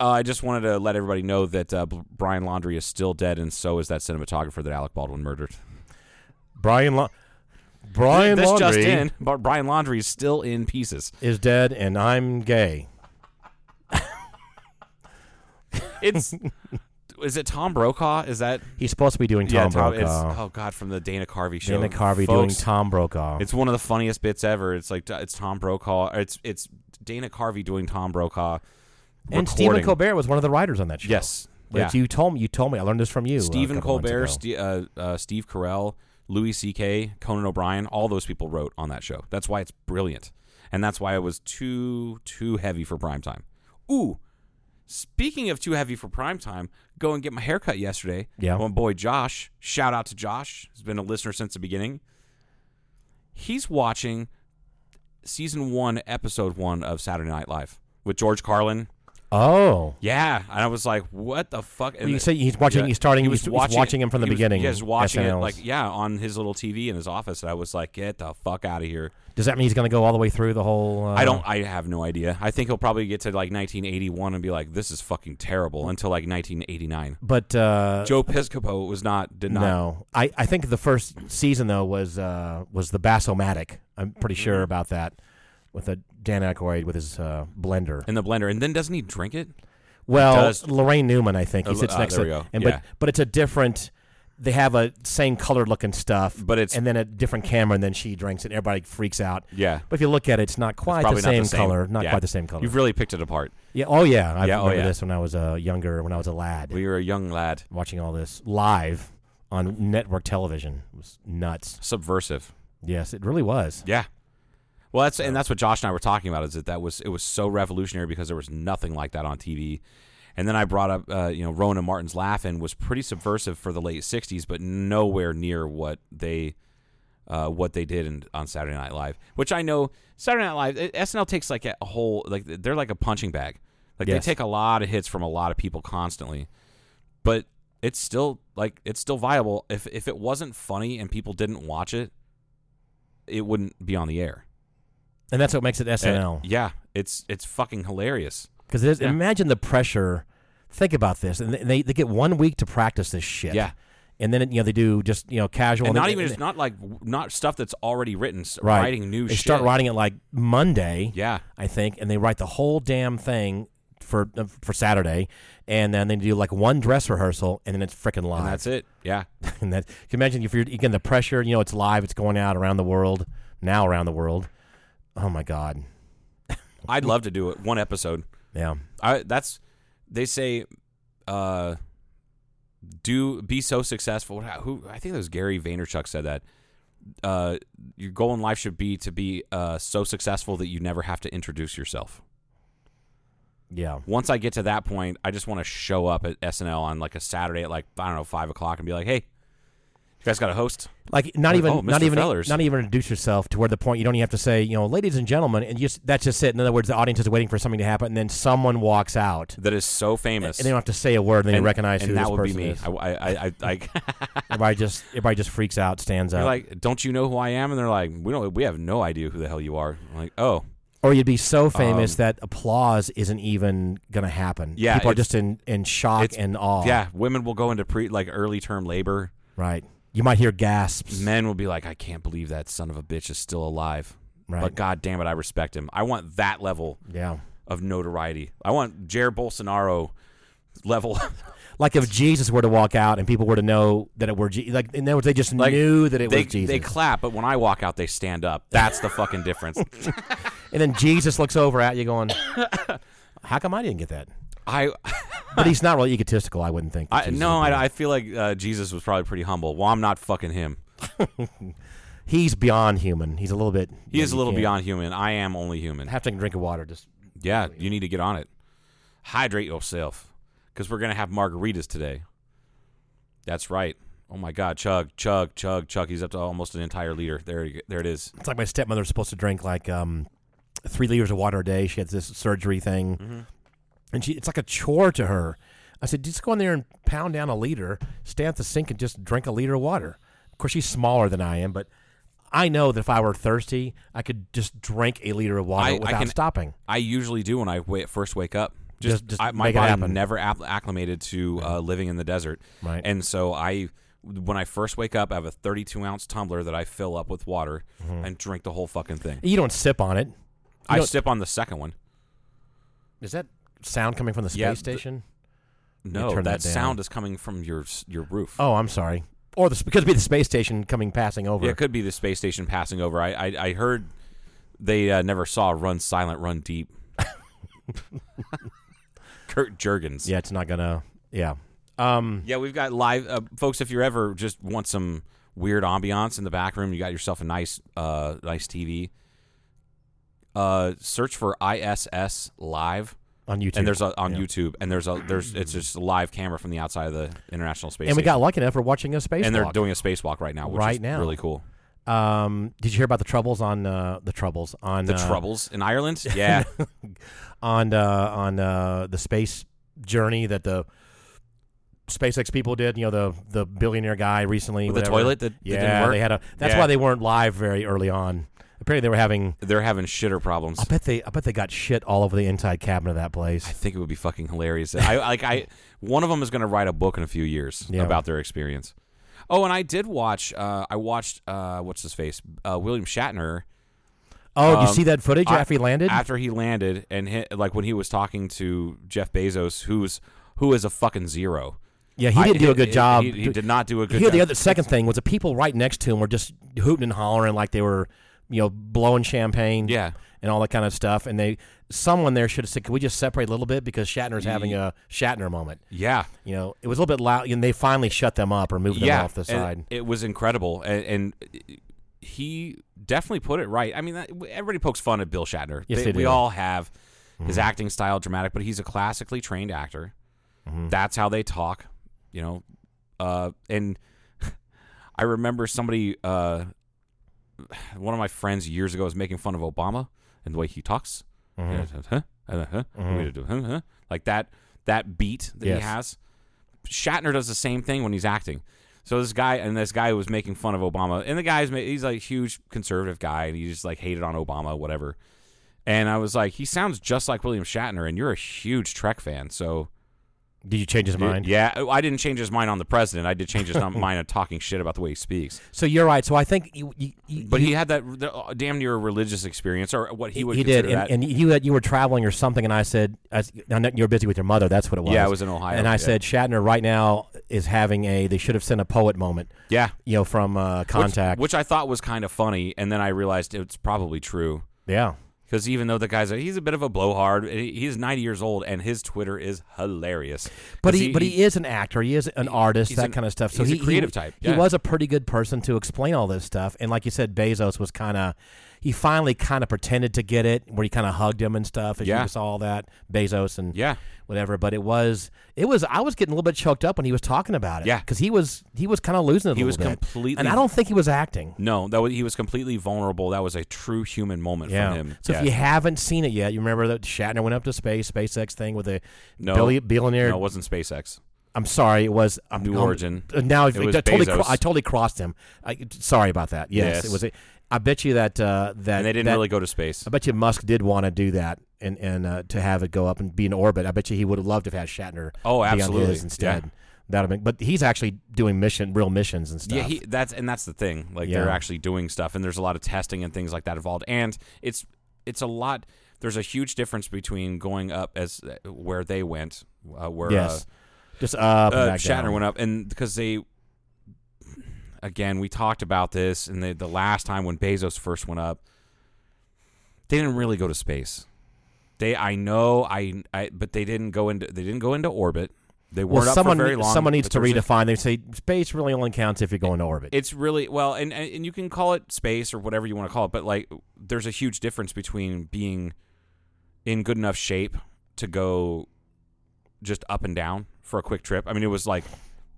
D: Uh, I just wanted to let everybody know that uh, B- Brian Laundry is still dead, and so is that cinematographer that Alec Baldwin murdered.
E: Brian, La- Brian
D: this
E: Laundrie
D: just in, but Brian Laundry is still in pieces.
E: is dead, and I'm gay. *laughs*
D: It's is it Tom Brokaw? Is that
E: He's supposed to be doing Tom
D: yeah? Tom, it's,
E: Brokaw.
D: oh God, from the Dana Carvey show.
E: Dana Carvey doing
D: Folks,
E: Tom Brokaw.
D: It's one of the funniest bits ever. It's like it's Tom Brokaw. or It's it's Dana Carvey doing Tom Brokaw.
E: and Stephen
D: recording.
E: Colbert was one of the writers on that show.
D: Yes.
E: which
D: Yeah.
E: you told me. You told me. I learned this from you. uh, a
D: Stephen
E: couple months
D: Colbert,
E: ago.
D: Ste uh, uh, Steve Carell, Louis C.K., Conan O'Brien, all those people wrote on that show. That's why it's brilliant, and that's why it was too too heavy for primetime. Ooh, speaking of too heavy for primetime, go and get my haircut yesterday.
E: Yeah.
D: my boy Josh. Shout out to Josh. He's been a listener since the beginning. He's watching season one, episode one of Saturday Night Live with George Carlin.
E: Oh,
D: Yeah, and I was like, "What the fuck?" And
E: you say he's watching- he's starting- he's- he's watching him from the
D: he was-
E: beginning,
D: Yeah, he's watching it
E: SNLs.
D: like yeah on his little TV in his office. And I was like, "Get the fuck out of here!"
E: does that mean he's going to go all the way through the whole? Uh,
D: I don't. I have no idea. I think he'll probably get to like 1981 and be like, "This is fucking terrible," until like 1989.
E: But uh,
D: Joe Piscopo was not did not.
E: No, I, I think the first season though was uh, was the Bassomatic. I'm pretty
D: Mm-hmm.
E: sure about that with a Dan Aykroyd with his uh, blender.
D: In the blender, and then doesn't he drink it?
E: Well,
D: does-
E: Lorraine Newman, I think
D: Uh,
E: he sits
D: ah,
E: next
D: there
E: to.
D: we go.
E: And
D: Yeah.
E: but but it's a different. They have a same color looking stuff,
D: But it's-
E: and then a different camera, and then she drinks it. and Everybody freaks out.
D: Yeah.
E: But if you look at it, it's not quite
D: Probably
E: the same
D: not the same
E: color. Not
D: yeah.
E: quite the same color.
D: You've really picked it apart.
E: yeah. Oh yeah. I
D: Yeah, oh,
E: remember
D: yeah.
E: this when I was uh, younger, when I was a lad,
D: We were a young lad,
E: watching all this live on network television. It was nuts.
D: subversive.
E: Yes, it really was.
D: Yeah. Well, that's and that's what Josh and I were talking about. Is that that was it was so revolutionary because there was nothing like that on TV. And then I brought up, uh, you know, Rowan and Martin's Laughing was pretty subversive for the late '60s, but nowhere near what they uh, what they did in, on Saturday Night Live. Which I know Saturday Night Live, eh, SNL takes like a whole like they're like a punching bag. Like
E: Yes.
D: they take a lot of hits from a lot of people constantly, but it's still like it's still viable. If if it wasn't funny and people didn't watch it, it wouldn't be on the air.
E: and that's what makes it
D: And-
E: SNL.
D: Eh, yeah, it's it's fucking hilarious.
E: Because it is imagine the pressure. Think about this, and they, they get one week to practice this shit.
D: Yeah.
E: and then you know they do just you know casual.
D: and
E: they-
D: not even
E: they-
D: it's not like not stuff that's already written. s-
E: right.
D: Writing new
E: They
D: shit.
E: start writing it like Monday.
D: Yeah.
E: I think, and they write the whole damn thing for uh, for Saturday, and then they do like one dress rehearsal, and then it's freaking live.
D: And that's it.
E: *laughs*
D: Yeah.
E: and that can you imagine if you're again the pressure. You know, it's live. It's going out around the world now. Around the world. Oh my god.
D: I'd love to do it one episode.
E: Yeah.
D: I that's they say uh do be so successful. What- Who I think it was Gary Vaynerchuk said that. Uh, your goal in life should be to be uh, so successful that you never have to introduce yourself.
E: Yeah.
D: once I get to that point, I just want to show up at SNL on like a Saturday at like I don't know five o'clock and be like, "Hey, you guys got a host?"
E: Like not
D: Like,
E: even
D: oh,
E: not
D: Mr.
E: even
D: Fellers.
E: not even introduce yourself to where the point you don't even have to say you know ladies and gentlemen and just that's just it. In other words, the audience is waiting for something to happen, and then someone walks out,
D: That is so famous.
E: and they don't have to say a word, and they recognize
D: and
E: who
D: that
E: this
D: would
E: person
D: be me.
E: is.
D: I, I, I, I,
E: *laughs* everybody just everybody just freaks out, stands
D: you're
E: up,
D: like, don't you know who I am? And they're like, we don't, we have no idea who the hell you are. I'm like, oh,
E: or you'd be
D: um,
E: so famous that applause isn't even gonna happen.
D: Yeah,
E: people are
D: it's-
E: just in in shock
D: it's-
E: and awe.
D: yeah, women will go into pre like early term labor.
E: right. You might hear gasps.
D: Men will be like, I can't believe that son of a bitch is still alive.
E: Right.
D: But god damn it, I respect him. I want that level
E: Yeah,
D: of notoriety. I want Jair Bolsonaro level. *laughs*
E: like if Jesus were to walk out and people were to know that it were Je- like in other words, they just
D: Like,
E: knew that it
D: they,
E: was Jesus.
D: They clap, but when I walk out, they stand up. That's the fucking
E: *laughs*
D: difference.
E: And then Jesus looks over at you, going, "How come I didn't get that?"
D: I,
E: But he's not really egotistical, I wouldn't think. that
D: I
E: Jesus
D: no,
E: would be.
D: I, I feel like uh, Jesus was probably pretty humble. Well, I'm not fucking him.
E: he's beyond human. He's a little bit.
D: He
E: yeah,
D: is a
E: you
D: little
E: can't-
D: beyond human. I am only human.
E: Have to drink of water. Just
D: Yeah, you need to get on it. Hydrate yourself, because we're gonna have margaritas today. That's right. Oh my God, chug, chug, chug, chug. He's up to almost an entire liter. There, you- there it is.
E: it's like my stepmother's supposed to drink like um, three liters of water a day. She had this surgery thing,
D: Mm-hmm.
E: and she it's like a chore to her. I said, just go in there and pound down a liter, stay at the sink and just drink a liter of water. Of course, she's smaller than I am, but I know that if I were thirsty, I could just drink a liter of water
D: I- I
E: without
D: can-
E: stopping.
D: I usually do when I wait, first wake up. Just,
E: Just- just
D: I, my
E: make it
D: body
E: happen.
D: never app- acclimated to uh, living in the desert,
E: Right.
D: And so I, when I first wake up, I have a 32 ounce tumbler that I fill up with water and drink the whole fucking thing.
E: You don't sip on it.
D: I
E: Mm-hmm. don't-
D: sip on the second one.
E: Is that sound coming from the space
D: Yeah, the-
E: station?
D: No,
E: turn
D: that,
E: that down.
D: sound is coming from your s- your roof.
E: Oh, I'm sorry. Or this because it'd be the space station coming passing over.
D: yeah, it could be the space station passing over. I I, I heard they uh, never saw Run Silent, Run
E: *laughs*
D: Deep. Kurt Jurgens.
E: Yeah, it's not gonna. Yeah. Um.
D: Yeah, we've got live uh, folks. If you ever just want some weird ambiance in the back room, you got yourself a nice, uh, nice TV. Uh, search for ISS live,
E: On YouTube.
D: and there's a on
E: Yeah.
D: YouTube, and there's a there's it's just a live camera from the outside of the International Space.
E: And we got
D: Station.
E: lucky enough for watching a space.
D: and they're
E: walk.
D: doing a spacewalk right now, which
E: Right
D: is
E: now.
D: really cool.
E: Um. Did you hear about the troubles on uh, the troubles on
D: The
E: uh,
D: troubles in
E: *laughs*
D: Ireland, yeah,
E: on uh, on uh, the space journey that the SpaceX people did? You know the the billionaire guy recently
D: With the
E: whatever.
D: toilet that- that
E: yeah
D: didn't work?
E: they had a. That's
D: Yeah.
E: why they weren't live very early on. Apparently they were having.
D: they're having shitter problems.
E: I bet they. I bet they got shit all over the inside cabin of that place.
D: I think it would be fucking hilarious. I like I one of them is going to write a book in a few years
E: Yeah.
D: about their experience. Oh, and I did watch. Uh, I watched uh, what's his face, uh, William Shatner.
E: Oh, did you
D: Um,
E: see that footage
D: I-
E: after he landed?
D: After he landed, and hi like when he was talking to Jeff Bezos, who's who is a fucking zero.
E: yeah, he
D: I-
E: didn't do a good
D: he-
E: job.
D: He, he did not do a good.
E: Here,
D: job.
E: the other second thing was the people right next to him were just hooting and hollering like they were, you know, blowing champagne,
D: Yeah.
E: and all that kind of stuff. And they, someone there should have said, "Can we just separate a little bit because Shatner's having a Shatner moment."
D: yeah,
E: You know, it was a little bit loud, and they finally shut them up or moved them off the
D: and
E: side.
D: It was incredible, and, and he definitely put it right. I mean, that, everybody pokes fun at Bill Shatner.
E: Yes, they
D: we
E: do. Mm-hmm.
D: all have his acting style dramatic, but he's a classically trained actor.
E: Mm-hmm.
D: That's how they talk, you know. Uh, and I remember somebody, uh, one of my friends years ago, was making fun of Obama and the way he talks.
E: Mm-hmm.
D: And it says, huh? And then, huh? We do, huh, huh? Like that that beat that
E: Yes.
D: he has. Shatner does the same thing when he's acting. So this guy and this guy was making fun of Obama, and the guy's ma- he's like a huge conservative guy, and he just like hated on Obama, whatever. And I was like, he sounds just like William Shatner, and you're a huge Trek fan, so
E: Did you change his mind?
D: yeah. oh, I didn't change his mind on the president. I did
E: *laughs*
D: change his mind on talking shit about the way he speaks.
E: So you're right. So I think you, you, you
D: But he had that r- the, uh, damn near religious experience, or what he would
E: he did,
D: consider
E: and,
D: that.
E: and you had, you were traveling or something, and I said, I s- I know you were busy with your mother. That's what it was.
D: Yeah, I was in Ohio,
E: and I
D: yeah.
E: said Shatner right now is having a they should have sent a poet moment.
D: yeah,
E: you know from uh, Contact.
D: which, which I thought was kind of funny, and then I realized it's probably true.
E: yeah,
D: Because even though the guy's a, he's a bit of a blowhard, he- he's 90 years old, and his Twitter is hilarious.
E: but
D: 'Cause
E: he, but he is an actor. He is an artist.
D: he's
E: That
D: an-
E: kind of stuff. So
D: he's a
E: he, he-
D: creative type,
E: He
D: yeah.
E: was a pretty good person to explain all this stuff. And like you said, Bezos was kind of he finally kind of pretended to get it, where he kind of hugged him and stuff. As
D: Yeah.
E: you saw all that Bezos and
D: Yeah.
E: whatever. But it was it was I was getting a little bit choked up when he was talking about it.
D: Yeah.
E: because he was he was kind of losing it. a
D: He was
E: little bit.
D: completely-
E: and I don't think he was acting.
D: No, that was, he was completely vulnerable. That was a true human moment
E: Yeah.
D: from him.
E: So
D: Yeah.
E: if you haven't seen it yet, you remember that Shatner went up to space, SpaceX thing with a
D: no,
E: billi- billionaire
D: no, it wasn't SpaceX.
E: I'm sorry. It was I'm,
D: New
E: I'm-
D: Origin.
E: uh, now
D: It
E: I,
D: was
E: totally,
D: Bezos.
E: cro- I totally crossed him. I, sorry about that. Yes,
D: Yes.
E: it was. A, I bet you that uh, that
D: And they didn't
E: that-
D: really go to space.
E: I bet you Musk did want to do that and and uh, to have it go up and be in orbit. I bet you he would have loved to have had Shatner.
D: Oh,
E: be on his
D: absolutely.
E: instead.
D: Yeah.
E: That'd been, but he's actually doing mission, real missions and stuff.
D: Yeah, he, that's and that's the thing. Like
E: Yeah.
D: they're actually doing stuff, and there's a lot of testing and things like that involved. And it's it's a lot. There's a huge difference between going up as uh, where they went, uh, where uh,
E: yes, just up. and
D: uh,
E: back
D: Shatner
E: down.
D: went up, and because they, again, we talked about this, and the the last time when Bezos first went up, they didn't really go to space. They, I know, I, I, but they didn't go into they didn't go into orbit. They weren't
E: Well,
D: up
E: someone
D: for very long.
E: someone needs
D: but
E: to
D: there's a-
E: redefine. They say space really only counts if you're going to orbit.
D: It's really well, and and and you can call it space or whatever you want to call it, but like, there's a huge difference between being in good enough shape to go just up and down for a quick trip. I mean, it was like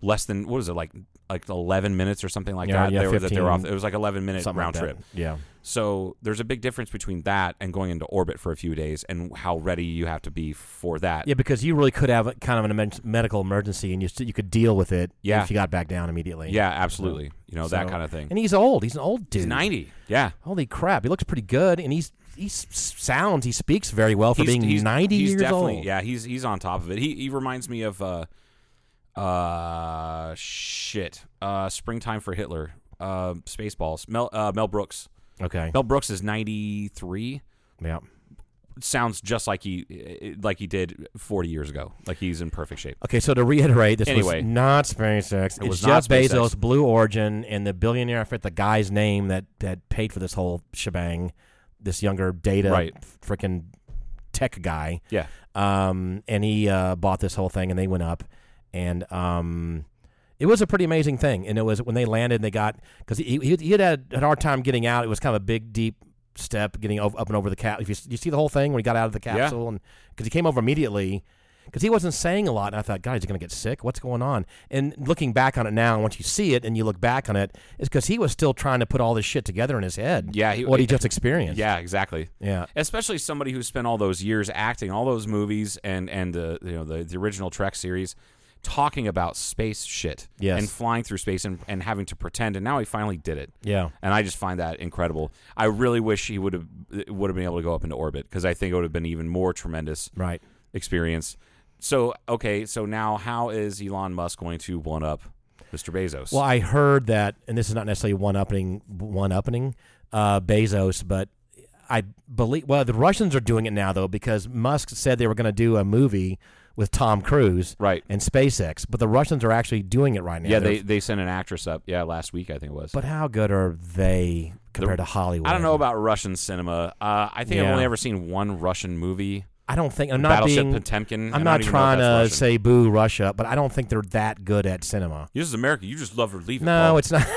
D: less than what was it like like 11 minutes or something like
E: Yeah,
D: that.
E: yeah,
D: they were, that they were off.
E: 15,
D: It was like 11 minute
E: Something
D: round
E: like that.
D: trip.
E: Yeah.
D: So there's a big difference between that and going into orbit for a few days and how ready you have to be for that.
E: Yeah, because you really could have a, kind of an emerg- medical emergency, and you st- you could deal with it.
D: Yeah.
E: if you got back down immediately.
D: Yeah, absolutely. You know that
E: So-
D: kind of thing.
E: And he's old. He's an old dude.
D: He's 90. Yeah.
E: Holy crap! He looks pretty good, and he's he s- sounds he speaks very well for
D: he's,
E: being
D: he's-
E: ninety
D: he's
E: years
D: definitely,
E: old.
D: Yeah, he's he's on top of it. He he reminds me of uh uh shit. Uh Springtime for Hitler. Uh Spaceballs. Mel uh, Mel Brooks.
E: Okay.
D: Mel Brooks is 93.
E: Yeah.
D: Sounds just like he eh, like he did 40 years ago. Like he's in perfect shape.
E: Okay. So to reiterate, this
D: Anyway.
E: was not SpaceX.
D: It
E: it's
D: was not SpaceX.
E: Jeff Bezos, Blue Origin, and the billionaire. I forget the guy's name that that paid for this whole shebang. This younger data
D: Right.
E: freaking tech guy.
D: Yeah.
E: um, and he uh, bought this whole thing, and they went up, and um, it was a pretty amazing thing. And it was when they landed, and they got because he, he he had had a hard time getting out. It was kind of a big, deep step getting o- up and over the cap. If you, s- you see the whole thing when he got out of the capsule, and because he came over immediately. Because he wasn't saying a lot, and I thought, God, he's going to get sick. What's going on? And looking back on it now, and once you see it and you look back on it, it's because he was still trying to put all this shit together in his head.
D: Yeah, he-
E: what he just experienced.
D: Yeah, exactly.
E: yeah.
D: Especially somebody who spent all those years acting, all those movies, and and the you know the, the original Trek series, talking about space shit
E: Yes.
D: and flying through space and, and having to pretend, and now he finally did it.
E: Yeah.
D: and I just find that incredible. I really wish he would have would have been able to go up into orbit because I think it would have been even more tremendous
E: Right.
D: experience. So okay, so now how is Elon Musk going to one up Mr. Bezos?
E: Well, I heard that, and this is not necessarily one upping, one upping, uh, Bezos, but I believe. Well, the Russians are doing it now though because Musk said they were going to do a movie with Tom Cruise,
D: Right.
E: and SpaceX, but the Russians are actually doing it right now.
D: yeah,
E: They're-
D: they they sent an actress up. Yeah, last week I think it was.
E: But how good are they compared to Hollywood?
D: I don't know about Russian cinema. Uh, I think I've
E: Yeah.
D: only ever seen one Russian movie.
E: I don't think I'm not
D: Battleship
E: being.
D: Potemkin. and I
E: I'm
D: don't
E: not
D: even know if
E: trying
D: that's
E: to
D: Russian.
E: say boo Russia, but I don't think they're that good at cinema.
D: this is America. You just love or leave it.
E: No,
D: Paul.
E: it's not. *laughs*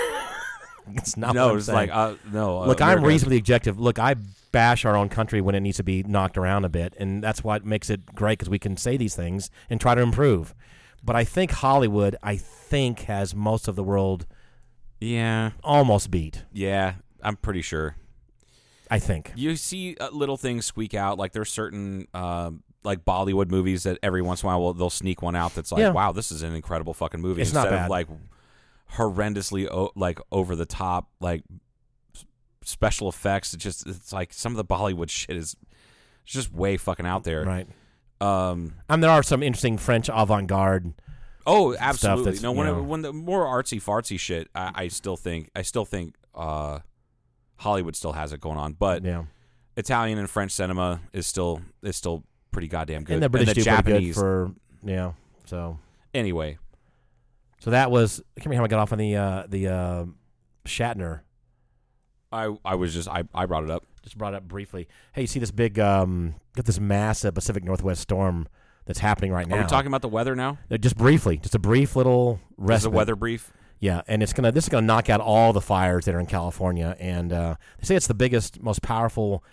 E: It's not. what
D: no,
E: I'm
D: it's like
E: saying.
D: uh, no. uh,
E: Look, I'm
D: America-
E: reasonably objective. Look, I bash our own country when it needs to be knocked around a bit, and that's what makes it great because we can say these things and try to improve. But I think Hollywood, I think, has most of the world
D: Yeah,
E: almost beat.
D: yeah. I'm pretty sure.
E: I think.
D: You see uh, little things squeak out. Like there's certain um, like Bollywood movies that every once in a while will, they'll sneak one out that's like,
E: Yeah.
D: wow, this is an incredible fucking movie.
E: It's not
D: Instead of
E: bad.
D: like horrendously o- like over the top like s- special effects. It's just it's like some of the Bollywood shit is it's just way fucking out there.
E: Right.
D: Um.
E: I mean, there are some interesting French avant-garde.
D: Oh, absolutely.
E: that's,
D: No, when
E: you
D: it-
E: know.
D: when the more artsy fartsy shit, I, I still think I still think uh, Hollywood still has it going on, but
E: Yeah.
D: Italian and French cinema is still is still pretty goddamn good.
E: And the British do pretty
D: Japanese,
E: good for yeah. So
D: anyway.
E: so that was. I can't remember how I got off on the uh, the uh, Shatner.
D: I I was just I, I brought it up.
E: just brought up briefly. Hey, you see this big um got this massive Pacific Northwest storm that's happening right now.
D: Are we talking about the weather now?
E: Uh, just briefly, just a brief little
D: This
E: rest.
D: Is the weather brief?
E: Yeah, and it's gonna this is gonna knock out all the fires that are in California, and uh, they say it's the biggest, most powerful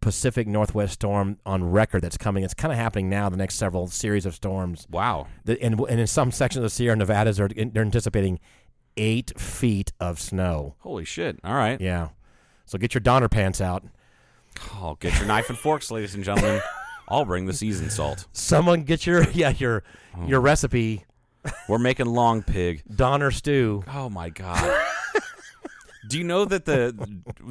E: Pacific Northwest storm on record that's coming. It's kind of happening now. The next several series of storms,
D: Wow.
E: the, and and in some sections of the Sierra Nevadas, are they're anticipating eight feet of snow.
D: Holy shit. All right.
E: Yeah, so get your Donner pants out.
D: Oh, get your knife and
E: *laughs*
D: forks, ladies and gentlemen. I'll bring the seasoned salt.
E: Someone get your *laughs* yeah your
D: Oh.
E: your recipe
D: We're making long pig.
E: Donner stew.
D: Oh my god. Do you know that the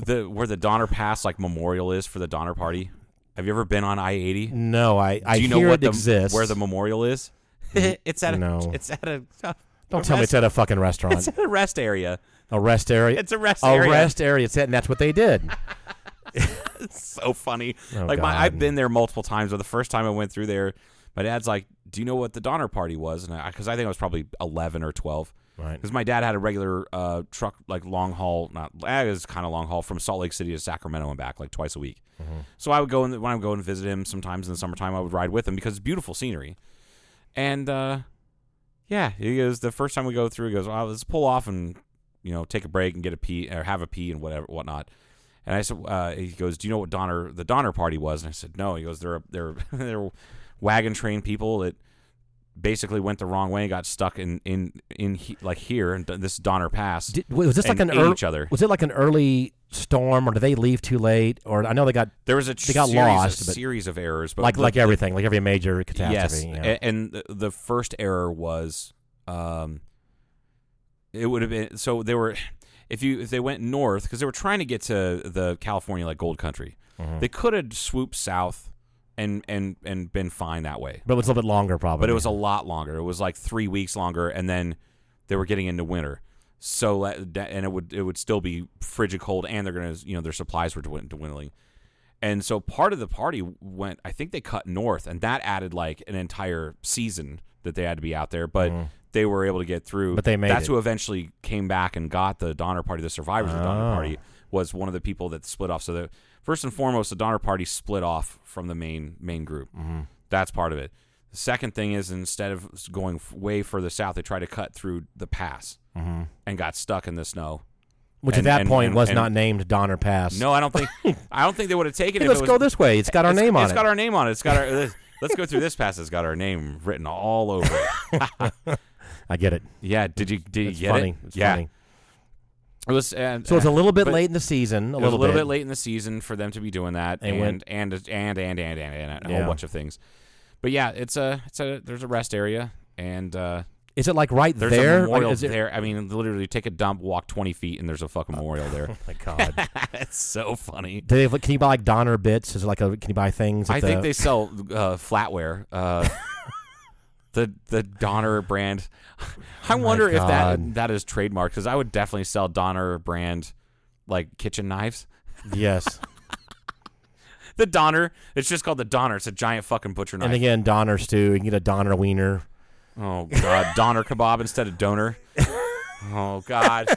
D: the where the Donner Pass like memorial is for the Donner Party? Have you ever been on I eighty?
E: No, I I
D: Do you know
E: hear
D: what
E: it
D: the,
E: exists.
D: where the memorial is? *laughs* it's at a,
E: No.
D: it's at a
E: don't tell me it's at a fucking restaurant.
D: it's at a rest area.
E: a rest area.
D: It's a rest
E: a
D: area.
E: rest area. It's that, and that's what they did.
D: so funny.
E: Oh,
D: like my,
E: God.
D: I've been there multiple times, but the first time I went through there, my dad's like, "Do you know what the Donner Party was?" And because I, think I was probably eleven or twelve,
E: Right.
D: Because my dad had a regular uh, truck, like long haul, not eh, it was kind of long haul from Salt Lake City to Sacramento and back, like twice a week. So I would go and when I would go and visit him sometimes in the summertime, I would ride with him because it's beautiful scenery. And uh, yeah, he goes the first time we go through, he goes, well, let's pull off and you know take a break and get a pee or have a pee and whatever whatnot. And I said, uh, he goes, do you know what Donner the Donner Party was? And I said, no. He goes, they're they're *laughs* they're wagon train people that basically went the wrong way and got stuck in in in he, like here and this Donner Pass.
E: Did, wait, was this like
D: And
E: an
D: ate
E: ear-
D: each other.
E: Was it like an early storm, or did they leave too late? Or I know they got
D: there was a tr-
E: they got
D: series,
E: lost,
D: a
E: but-
D: series of errors, but
E: like
D: the-
E: like
D: the-
E: everything, like every major catastrophe.
D: Yes,
E: yeah.
D: a- and the, the first error was, um, it would have been so they were, if you if they went north because they were trying to get to the California like gold country, they could have swooped south, and and and been fine that way.
E: but it was a little bit longer, probably.
D: But it was a lot longer. It was like three weeks longer, and then they were getting into winter. So let- that- and it would it would still be frigid cold, and they're gonna you know their supplies were dwin- dwindling, and so part of the party went. I think they cut north, and that added like an entire season that they had to be out there. But they were able to get through.
E: Mm. But they made
D: that's
E: it.
D: who eventually came back and got the Donner Party. The survivors of the Donner
E: Oh.
D: Party was one of the people that split off. So the first and foremost, the Donner Party split off from the main main group.
E: Mm-hmm.
D: That's part of it. The second thing is instead of s- going f- way further south, they tried to cut through the pass
E: Mm-hmm.
D: and got stuck in the snow.
E: which
D: and-
E: at that
D: and-
E: point
D: and-
E: was
D: and-
E: not named Donner Pass.
D: No, I don't
E: *laughs*
D: think I don't think they would have taken
E: Hey,
D: it. if
E: let's
D: it was-
E: go this way. It's got our
D: it's-
E: name on
D: It's
E: it.
D: got our name on it. It's got our. let's- Let's go through this pass. It's got our name written all over it.
E: I get it.
D: Yeah. Did you? Did you
E: It's
D: get
E: funny.
D: it?
E: It's
D: yeah.
E: funny.
D: It was, and,
E: So it's a little bit
D: But-
E: late in the season. A
D: it was
E: little,
D: a little bit. late in the season for them to be doing that,
E: They
D: and
E: went-
D: and, and and and and and a
E: Yeah.
D: whole bunch of things. But yeah, it's a it's a there's a rest area, and uh,
E: Is it like right
D: there's
E: there?
D: a
E: Like,
D: memorial
E: is it-
D: there. I mean, literally, take a dump, walk twenty feet, and there's a fucking memorial
E: *laughs*
D: there.
E: Oh My God.
D: That's so funny.
E: Do they have, like, can you buy like Donner bits? Is it like a can you buy things? at
D: I think
E: the-
D: they sell uh, flatware.
E: *laughs*
D: Uh, the the Donner brand. I wonder if that
E: God.
D: that is trademarked because I would definitely sell Donner brand like kitchen knives.
E: yes.
D: *laughs* The Donner. It's just called the Donner. It's a giant fucking butcher knife.
E: and again, Donner stew. You can get a Donner wiener.
D: Oh God, Donner kebab instead of donor. Oh God,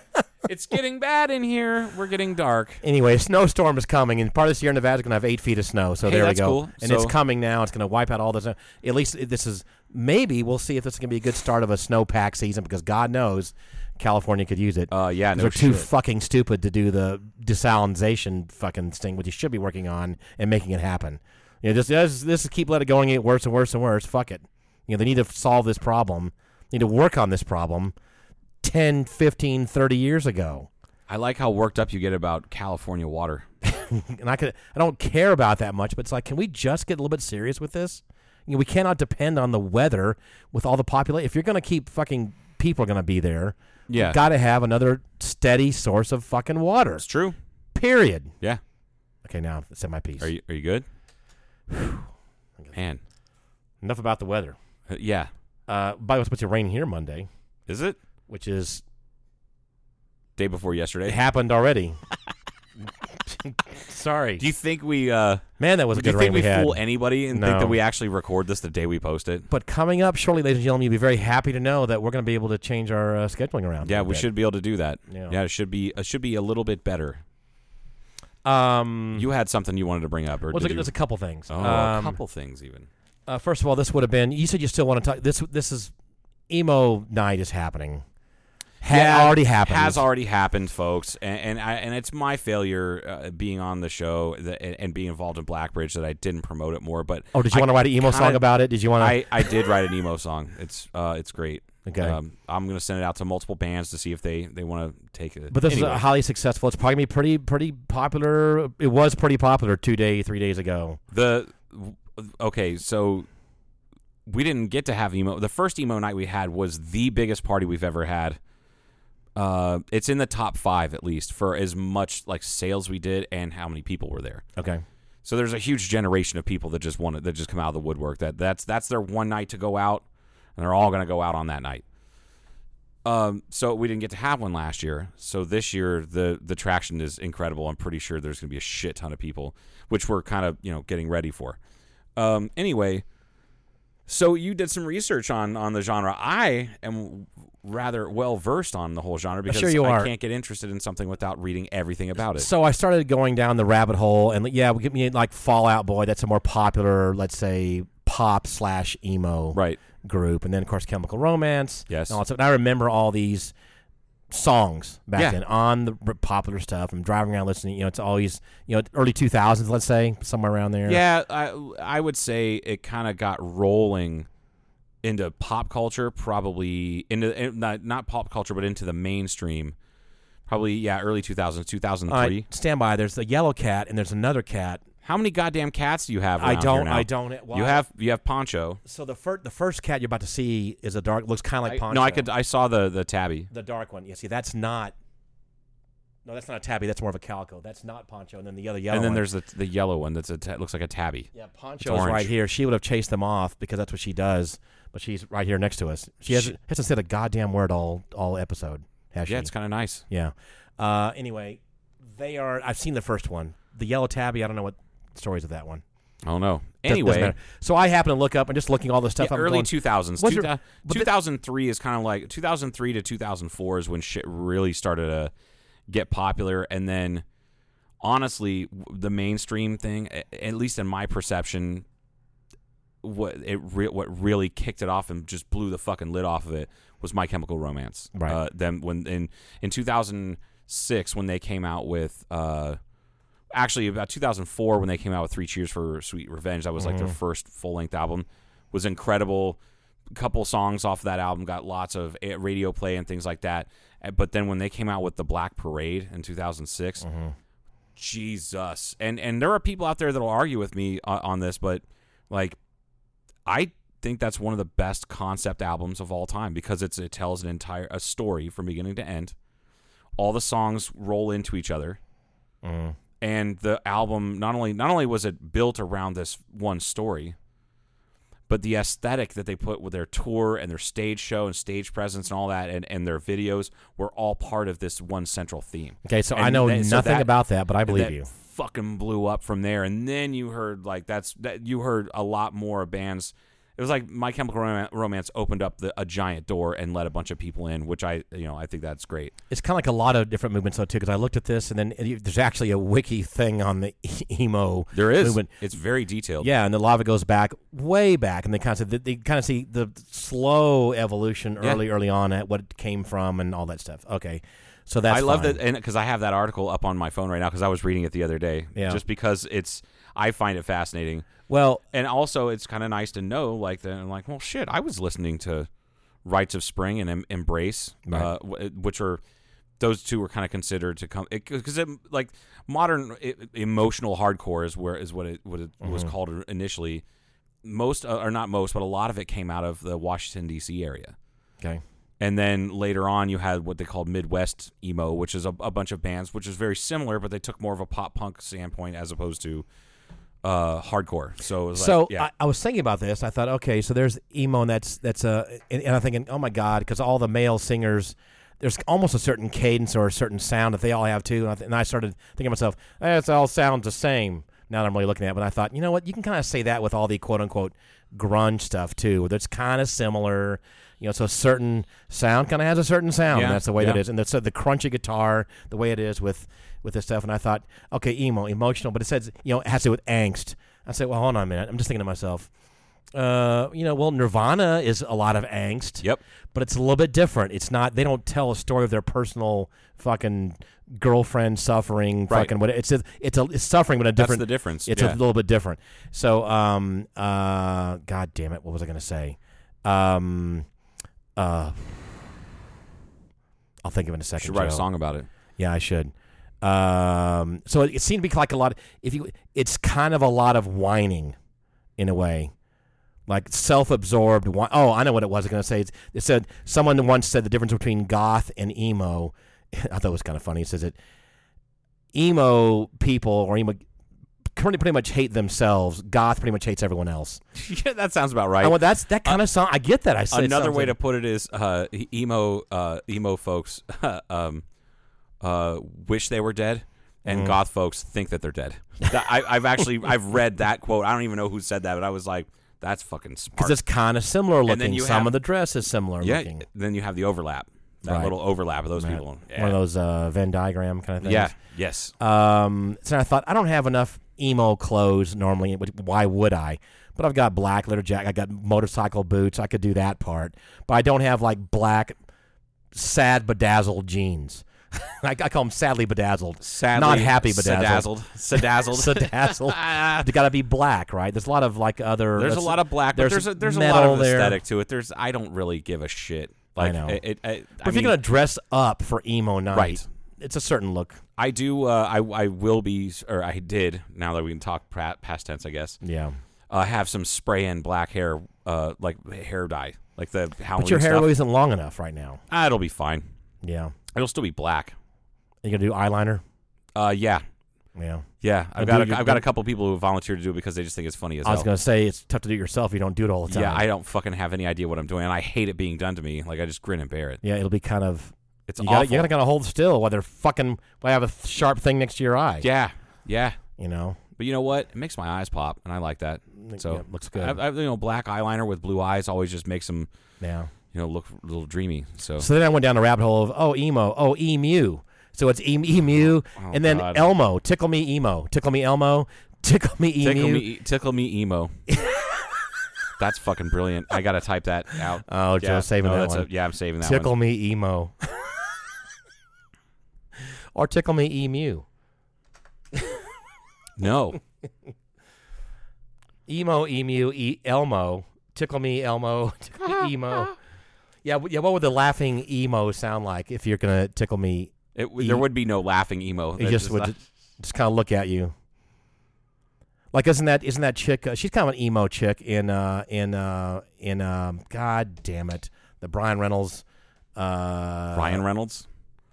D: it's getting bad in here. We're getting dark.
E: Anyway, a snowstorm is coming, and part of the Sierra Nevada is going to have eight feet of snow. So
D: Hey,
E: there
D: that's
E: we go.
D: cool.
E: And
D: So-
E: it's coming now. It's going to wipe out all the snow. At least it- this is maybe we'll see if this can be a good start of a snowpack season because God knows California could use it.
D: Uh, yeah,
E: 'Cause
D: no
E: they're too
D: shit.
E: fucking stupid to do the desalinization fucking thing, which you should be working on and making it happen. You know, just this, this keep let it going, get worse and worse and worse. Fuck it. You know, they need to solve this problem. Need to work on this problem 10, 15, 30 years ago.
D: I like how worked up you get about California water.
E: and I could I don't care about that much, but it's like, can we just get a little bit serious with this? You know, we cannot depend on the weather with all the population. If you're going to keep fucking people are going to be there,
D: Yeah.
E: got to have another steady source of fucking water.
D: It's true.
E: Period.
D: Yeah.
E: Okay, now I've said my piece.
D: Are you are you good? Man.
E: Enough about the weather.
D: Uh, Yeah.
E: Uh, by the way, it's supposed to rain here Monday,
D: Is it
E: which is
D: day before yesterday?
E: it happened already. *laughs* Sorry,
D: do you think we uh
E: man, that was a
D: do
E: good
D: you
E: rain
D: think we,
E: we had.
D: fool anybody and
E: No.
D: think that we actually record this the day we post it?
E: but coming up shortly, ladies and gentlemen, you'll be very happy to know that we're going to be able to change our uh, scheduling around. a
D: Yeah,
E: little
D: we
E: bit.
D: should be able to do that.
E: Yeah.
D: it should be it should be a little bit better.
E: Um,
D: You had something you wanted to bring up, or
E: Well,
D: did
E: there's a-
D: you-
E: there's a couple things.
D: oh, a
E: Um,
D: couple things even.
E: uh, first of all, this would have been. You said you still want to talk. This this is emo night is happening. Had already happened.
D: Has already happened, folks. And and, I, and it's my failure uh, being on the show that, and, and being involved in Blackbridge that I didn't promote it more. But
E: Oh, did
D: I
E: you want to write an emo
D: kinda-
E: song about it? Did you want to?
D: I, I did write an emo song. It's uh it's great. Um,
E: Okay.
D: I'm gonna send it out to multiple bands to see if they they want to take it.
E: but this
D: Anyway.
E: is uh, highly successful. It's probably gonna be pretty pretty popular. It was pretty popular two day three days ago.
D: The okay, so we didn't get to have emo. The first emo night we had was the biggest party we've ever had. Uh, it's in the top five at least for as much like sales we did and how many people were there.
E: Okay.
D: So there's a huge generation of people that just want to, that just come out of the woodwork. That that's that's their one night to go out, and they're all going to go out on that night. Um, so we didn't get to have one last year. So this year the the traction is incredible. I'm pretty sure there's going to be a shit ton of people, which we're kind of you know getting ready for. Um, anyway, so you did some research on on the genre. I am rather well versed on the whole genre because
E: Sure you
D: I
E: are.
D: can't get interested in something without reading everything about it.
E: So I started going down the rabbit hole, and yeah, we get me like Fallout Boy. That's a more popular, let's say, pop slash emo
D: Right.
E: group, and then of course Chemical Romance.
D: Yes.
E: and, all that stuff. And I remember all these songs back
D: Yeah.
E: then on the r- popular stuff. I'm driving around listening. You know, it's always you know early 2000s, let's say, somewhere around there.
D: Yeah, I I would say it kind of got rolling into pop culture, probably into eh, not not pop culture, but into the mainstream. Probably yeah, early 2000s, 2003.
E: All right, stand by. There's the yellow cat, and there's another cat.
D: How many goddamn cats do you have?
E: I
D: around
E: don't-
D: here now?
E: I don't- well,
D: you have you have Poncho.
E: So the first the first cat you're about to see is a dark. Looks kind of like
D: I-
E: Poncho.
D: no, I could I saw the the tabby.
E: the dark one. Yeah, see, that's not. No, that's not a tabby. That's more of a calico. That's not Poncho. And then the other yellow.
D: and then
E: one.
D: there's the the yellow one that's a ta- looks like a tabby.
E: Yeah,
D: It's
E: Poncho's
D: orange.
E: right here. She would have chased them off because that's what she does. But she's right here next to us. She hasn't, hasn't said a goddamn word all all episode. Has
D: Yeah,
E: she?
D: it's kind of nice.
E: yeah. Uh, anyway, they are. I've seen the first one, the yellow tabby. I don't know what stories of that one.
D: I don't know.
E: Doesn't- doesn't
D: Anyway,
E: matter. so I happen to look up and just looking all the stuff.
D: Yeah,
E: I'm
D: early
E: going,
D: 2000s.
E: What's
D: Two,
E: your- but thi-
D: 2003 is kind of like 2003 to 2004 is when shit really started to get popular. And then, honestly, w- the mainstream thing, a- at least in my perception, what it re- what really kicked it off and just blew the fucking lid off of it was My Chemical Romance.
E: Right.
D: Uh, them when in in 2006 when they came out with. Uh, actually about 2004 when they came out with Three Cheers for Sweet Revenge. That was like their first full length album. Was incredible. Couple songs off that album got lots of eh, radio play and things like that. Eh, But then when they came out with the Black Parade in 2006, Jesus. And and there are people out there that'll argue with me uh, on this, but like I think that's one of the best concept albums of all time because it's it tells an entire a story from beginning to end. All the songs roll into each other
E: Mm-hmm.
D: and the album not only not only was it built around this one story but the aesthetic that they put with their tour and their stage show and stage presence and all that and, and their videos were all part of this one central theme
E: Okay, so
D: And
E: I know
D: that- so
E: nothing about that, but I believe
D: that
E: you.
D: fucking blew up from there and then you heard like that's that you heard a lot more bands It was like My Chemical Roman- Romance opened up the, a giant door and let a bunch of people in, which I you know I think that's great.
E: It's kind of like a lot of different movements though too. Because I looked at this, and then it- there's actually a wiki thing on the *laughs* emo.
D: There is
E: movement.
D: it's very detailed.
E: Yeah, and the lava goes back way back, and they kind of said- they kind of see the slow evolution
D: Yeah.
E: early, early on at what it came from and all that stuff. Okay, so that's
D: I love
E: fine.
D: that, and because I have that article up on my phone right now because I was reading it the other day.
E: Yeah.
D: Just because it's, I find it fascinating,
E: Well,
D: and also it's kind of nice to know, like that. I'm like, well, shit, I was listening to Rites of Spring and em- Embrace,
E: Right.
D: uh, w- which are those two were kind of considered to come because it, like modern e- emotional hardcore is where is what it what it
E: Mm-hmm.
D: was called initially. Most uh, or not most, but a lot of it came out of the Washington D.C. area.
E: okay,
D: And then later on, you had what they called Midwest emo, which is a, a bunch of bands, which is very similar, but they took more of a pop punk standpoint as opposed to uh, hardcore. So, it was
E: so
D: like, yeah,
E: I, I was thinking about this. I thought, okay, so there's emo, and that's that's a, and, and I'm thinking, oh my god, because all the male singers, there's almost a certain cadence or a certain sound that they all have too. And I, th- and I started thinking to myself, eh, it all sounds the same. Now that I'm really looking at, it, but I thought, you know what, you can kind of say that with all the quote unquote grunge stuff too. That's kind of similar, you know. So a certain sound kind of has a certain sound.
D: Yeah,
E: and that's the way that
D: yeah.
E: is and the, so the crunchy guitar, the way it is with with this stuff. And I thought, okay, emo, emotional, but it says you know it has to do with angst. I said, well, hold on a minute. I'm just thinking to myself, uh, you know, well, Nirvana is a lot of angst.
D: Yep.
E: But it's a little bit different. It's not. They don't tell a story of their personal fucking girlfriend suffering.
D: Right.
E: Fucking what? It's a, it's a it's suffering, but a different.
D: the difference,
E: It's
D: yeah.
E: a little bit different. So, um, uh, god damn it, what was I gonna say? Um, uh, I'll think of it in a second.
D: should write a
E: Joe.
D: song about it. *laughs*
E: Yeah, I should. Um, so it, it seemed to be like a lot. If you, it's kind of a lot of whining, in a way, like self-absorbed. Whi- oh, I know what it was. I was gonna say. It's, it said someone once said the difference between goth and emo. *laughs* I thought it was kind of funny. It says it. Emo people or emo pretty pretty much hate themselves. Goth pretty much hates everyone else.
D: yeah, that sounds about right.
E: I want that's that kind of song. I get that. I said
D: Another way
E: something.
D: to put it is uh, e- emo uh, emo folks *laughs* um, uh, wish they were dead, and
E: Mm.
D: goth folks think that they're dead. That- I, I've
E: *laughs*
D: actually I've read that quote. I don't even know who said that, but I was like, that's fucking smart.
E: because it's kind of similar
D: then
E: looking.
D: you
E: Some
D: have-
E: of the dress is similar
D: yeah,
E: looking.
D: then you have the overlap, that
E: Right.
D: little overlap of those
E: Right.
D: people. Yeah.
E: One of those uh, Venn diagram kind of things.
D: Yeah. Yes.
E: Um, so I thought I don't have enough emo clothes normally. which- Why would I? But I've got black leather jacket. I got motorcycle boots. I could do that part. But I don't have like black, sad bedazzled jeans. *laughs* I, I call them sadly bedazzled.
D: Sadly,
E: not happy *laughs* bedazzled.
D: Sedazzled. Sedazzled. *laughs*
E: Bedazzled. they got to be black, right? There's a lot of like other.
D: there's a lot of black, but there's a, there's a lot
E: metal
D: of
E: there.
D: aesthetic to it. There's I don't really give a shit. Like
E: know.
D: It, it, I-
E: But
D: I
E: if
D: mean,
E: you're gonna dress up for emo night,
D: Right.
E: It's a certain look.
D: I do. Uh, I I will be, or I did. Now that we can talk pra- past tense, I guess.
E: Yeah.
D: Uh, have some spray in black hair, uh, like hair dye, like the Halloween
E: But your hair
D: stuff.
E: isn't long enough right now.
D: Ah, it'll be fine.
E: Yeah.
D: It'll still be black.
E: You gonna do eyeliner?
D: Uh, yeah,
E: Yeah.
D: yeah. I've
E: And
D: got
E: do
D: a,
E: your-
D: I've got a couple people who volunteer to do it because they just think it's funny as
E: I was
D: hell.
E: gonna say it's tough to do it yourself. You don't do it all the time.
D: yeah, I don't fucking have any idea what I'm doing, and I hate it being done to me. Like I just grin and bear it.
E: yeah. It'll be kind of.
D: It's
E: You
D: awful.
E: gotta, you gotta kind of hold still while they're fucking. While I have a sharp thing next to your eye.
D: yeah, yeah.
E: You know.
D: But you know what? It makes my eyes pop, and I like that. So
E: yeah, looks good.
D: I, I, you know, black eyeliner with blue eyes always just makes them
E: Yeah.
D: you know look a little dreamy. So
E: So then I went down a rabbit hole of oh emo, oh emu. So it's em- emu, and then
D: Oh, God.
E: Elmo, tickle me emo, tickle me Elmo, tickle me emu.
D: tickle me, e, tickle me
E: *laughs*
D: emo. That's fucking brilliant. I gotta type that out.
E: Oh, Joe's saving that
D: that's
E: one.
D: yeah, I'm saving that
E: tickle
D: one.
E: me emo, *laughs* or tickle me emu.
D: No,
E: emo emu e- elmo tickle me elmo *laughs* tickle
D: *laughs*
E: me emo yeah w- yeah what would the laughing emo sound like if you're gonna tickle me
D: it, there would be no laughing emo.
E: it
D: That's
E: just would
D: *laughs* not-
E: ju- just kind of look at you like isn't that isn't that chick uh, she's kind of an emo chick in uh in uh in um god damn it the brian reynolds uh
D: Ryan Reynolds,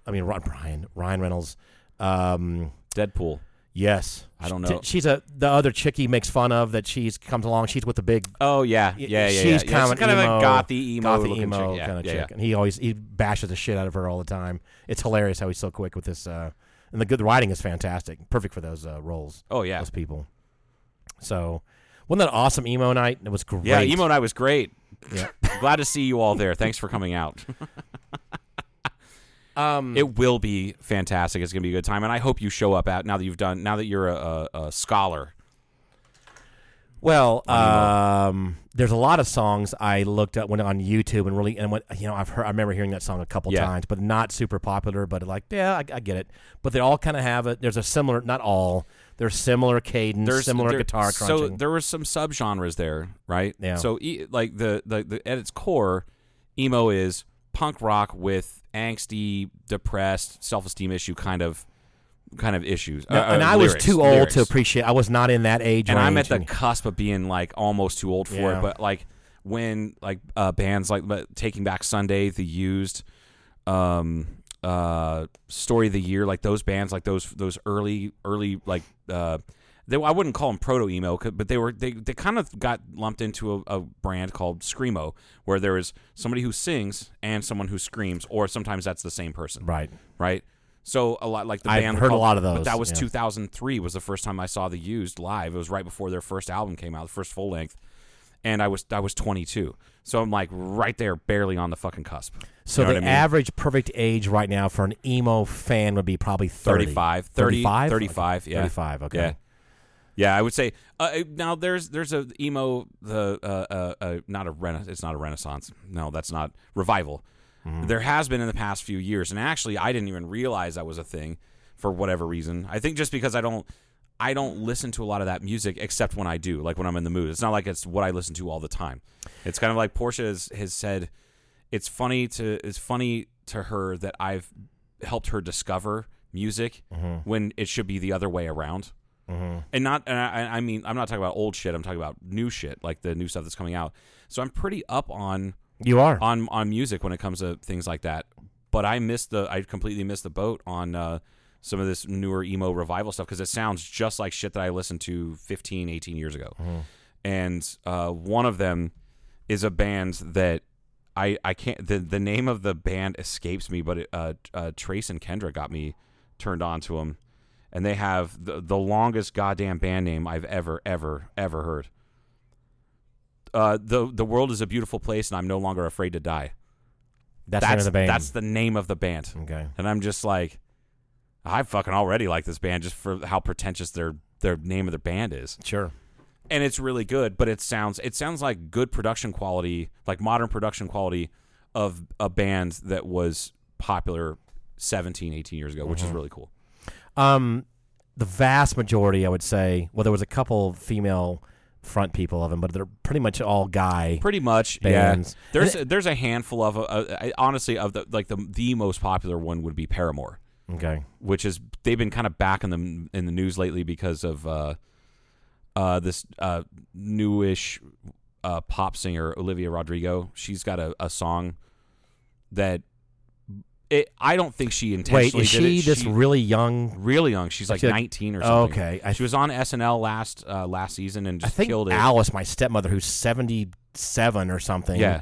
E: i mean Ron, brian ryan reynolds um
D: Deadpool.
E: yes
D: I don't
E: She-
D: know.
E: she's a the other chick he makes fun of that she's comes along she's with the big
D: Oh yeah, yeah, yeah.
E: she's
D: yeah, yeah.
E: kind of
D: She's kind
E: emo,
D: of a gothy emo,
E: gothy
D: looking
E: emo
D: chick. Yeah,
E: kind of
D: yeah,
E: chick,
D: yeah.
E: and he always he bashes the shit out of her all the time. It's hilarious how he's so quick with this, uh, and the good the writing is fantastic, perfect for those uh, roles.
D: Oh, yeah.
E: those people. So, Wasn't that awesome emo night? It was great.
D: Yeah, emo night was great.
E: Yeah.
D: *laughs* Glad to see you all there. Thanks for coming out.
E: *laughs* Um,
D: It will be fantastic. It's going to be a good time, and I hope you show up out now that you've done now that you're a, a, a scholar.
E: Well, um, there's a lot of songs I looked up went on YouTube and really and went you know I've heard I remember hearing that song a couple
D: Yeah.
E: times, but not super popular. But like yeah, I, I get it. But they all kind of have it. There's a similar, not all. There's similar cadence,
D: There's
E: similar
D: there-
E: guitar
D: So
E: crunching.
D: there were some subgenres there, right?
E: Yeah.
D: So e- like the, the the at its core, emo is punk rock with angsty, depressed, self esteem issue kind of kind of issues.
E: No,
D: Uh, uh,
E: and I
D: lyrics,
E: was too old
D: lyrics.
E: to appreciate. I was not in that age.
D: and I'm at
E: range
D: the cusp of being like almost too old for
E: Yeah.
D: it. But like when like uh, bands like le- Taking Back Sunday, The Used, um, uh, Story of the Year, like those bands, like those those early early like uh, they I wouldn't call them proto emo, c- but they were they they kind of got lumped into a, a brand called screamo, where there is somebody who sings and someone who screams, or sometimes that's the same person,
E: right.
D: right? So a lot like the
E: I've
D: band
E: heard a lot of
D: But
E: those,
D: that was
E: yeah.
D: 2003 was the first time I saw the Used live. It was right before their first album came out, the first full length, and I was I was 22. So I'm like right there, barely on the fucking cusp.
E: So
D: You know
E: the
D: what I mean?
E: average perfect age right now for an emo fan would be probably 30.
D: 35, 30,
E: 35?
D: 35, yeah.
E: 35, okay.
D: Yeah. Yeah, I would say uh, uh, now there's there's a emo the uh, uh, uh, not a rena- it's not a renaissance. No, that's not revival. There has been in the past few years, and actually, I didn't even realize that was a thing for whatever reason. I think just because I don't I don't listen to a lot of that music except when I do, like when I'm in the mood. It's not like it's what I listen to all the time. It's kind of like Portia has, has said it's funny to it's funny to her that I've helped her discover music when it should be the other way around. And not, and I, I mean, I'm not talking about old shit. I'm talking about new shit, like the new stuff that's coming out. So I'm pretty up on
E: You are.
D: on on music when it comes to things like that. But I missed the, I completely missed the boat on uh, some of this newer emo revival stuff because it sounds just like shit that I listened to 15, 18 years ago. And uh, one of them is a band that I I can't the the name of the band escapes me, but it, uh, uh, Trace and Kendra got me turned on to them, and they have the the longest goddamn band name I've ever ever ever heard. Uh, the the world is a beautiful place, and I'm no longer afraid to die.
E: that's, the name of the band.
D: that's the name of the band,
E: okay.
D: and I'm just like, I fucking already like this band just for how pretentious their their name of their band is
E: Sure.
D: and it's really good but it sounds it sounds like good production quality like modern production quality of a band that was popular 17 18 years ago
E: Mm-hmm.
D: which is really cool
E: Um, the vast majority, I would say, well, there was a couple female front people of them, but they're pretty much all guy.
D: pretty much
E: Bands.
D: yeah there's there's a handful of uh, uh, honestly of the like the the most popular one would be paramore
E: okay.
D: which is they've been kind of back in the in the news lately because of uh, uh, this uh, newish uh, pop singer Olivia Rodrigo. She's got a, a song that it, I don't think she
E: Wait,
D: intentionally
E: is
D: did
E: she
D: it.
E: this
D: She-
E: really young?
D: really young? She's like
E: she like-
D: nineteen or
E: Oh,
D: something.
E: okay. I-
D: she was on SNL last uh, last season and
E: I
D: just
E: think
D: killed it.
E: Alice, my stepmother, who's seventy-seven or something.
D: Yeah.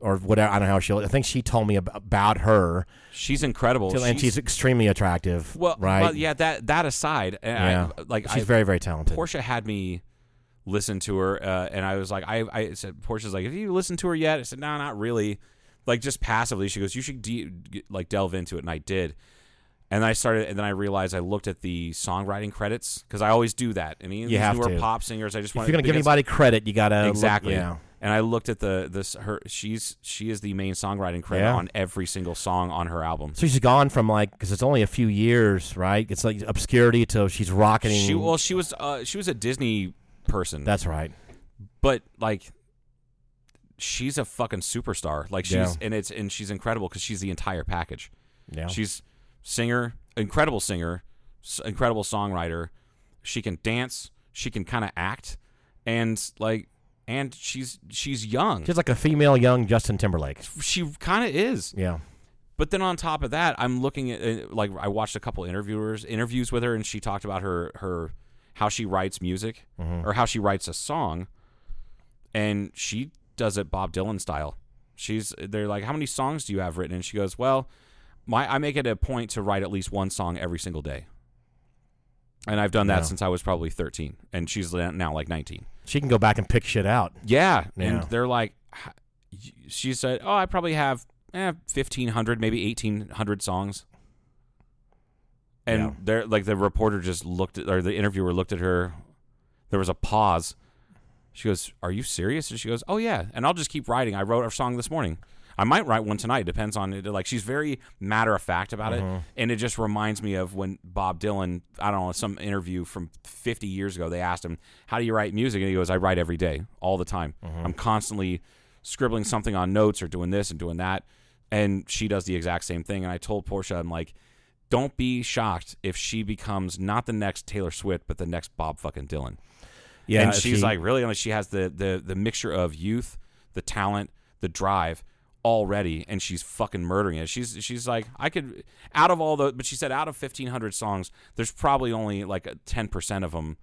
E: Or whatever. I don't know how she. I think she told me ab- about her,
D: she's incredible.
E: and she's extremely attractive.
D: well,
E: right?
D: well, yeah. That that aside, and I-
E: Yeah.
D: like
E: she's
D: I,
E: very, very talented.
D: Portia had me listen to her, uh, and I was like, I, I said, Portia's like, have you listened to her yet? I said, no, not really. Like just passively, she goes, you should de- g- like delve into it, and I did. And I started, and then I realized I looked at the songwriting credits because I always do that. And even
E: You
D: these
E: have
D: newer
E: to.
D: pop singers, I just
E: if
D: want
E: you're gonna give anybody credit, you gotta look-
D: exactly.
E: yeah.
D: And I looked at the this her she's she is the main songwriting credit
E: Yeah.
D: on every single song on her album.
E: So she's gone from like because it's only a few years, right? It's like obscurity to she's rocketing.
D: She well she was uh, she was a Disney person.
E: That's right.
D: but like she's a fucking superstar like she's
E: Yeah.
D: and it's and she's incredible because she's the entire package
E: Yeah.
D: she's singer incredible singer s- incredible songwriter she can dance she can kind of act and like and she's she's young
E: She's like a female young Justin Timberlake.
D: she kind of is
E: Yeah.
D: but then on top of that, I'm looking at uh, like I watched a couple interviewers interviews with her, and she talked about her her how she writes music or how she writes a song, and she does it Bob Dylan style. She's they're like, how many songs do you have written? And she goes, well, my I make it a point to write at least one song every single day. and I've done that since I was probably 13, and she's la- now like 19.
E: She can go back and pick shit out.
D: Yeah,
E: Yeah.
D: and they're like, "H- y- she said, "Oh, I probably have eh, 1,500, maybe 1,800 songs." And
E: Yeah.
D: they're like the reporter just looked at, or the interviewer looked at her. There was a pause. She goes, "Are you serious?" And she goes, "Oh yeah." And I'll just keep writing. I wrote a song this morning. I might write one tonight. Depends on it. Like she's very matter of fact about it, and it just reminds me of when Bob Dylan. I don't know some interview from 50 years ago. They asked him, "How do you write music?" And he goes, "I write every day, all the time. I'm constantly scribbling something on notes or doing this and doing that." And she does the exact same thing. And I told Portia, I'm like, "Don't be shocked if she becomes not the next Taylor Swift, but the next Bob fucking Dylan."
E: Yeah,
D: and
E: if
D: she's
E: she-
D: like really like she has the the the mixture of youth, the talent, the drive already, and she's fucking murdering it. She's she's like I could out of all the but she said out of fifteen hundred songs, there's probably only like ten percent of them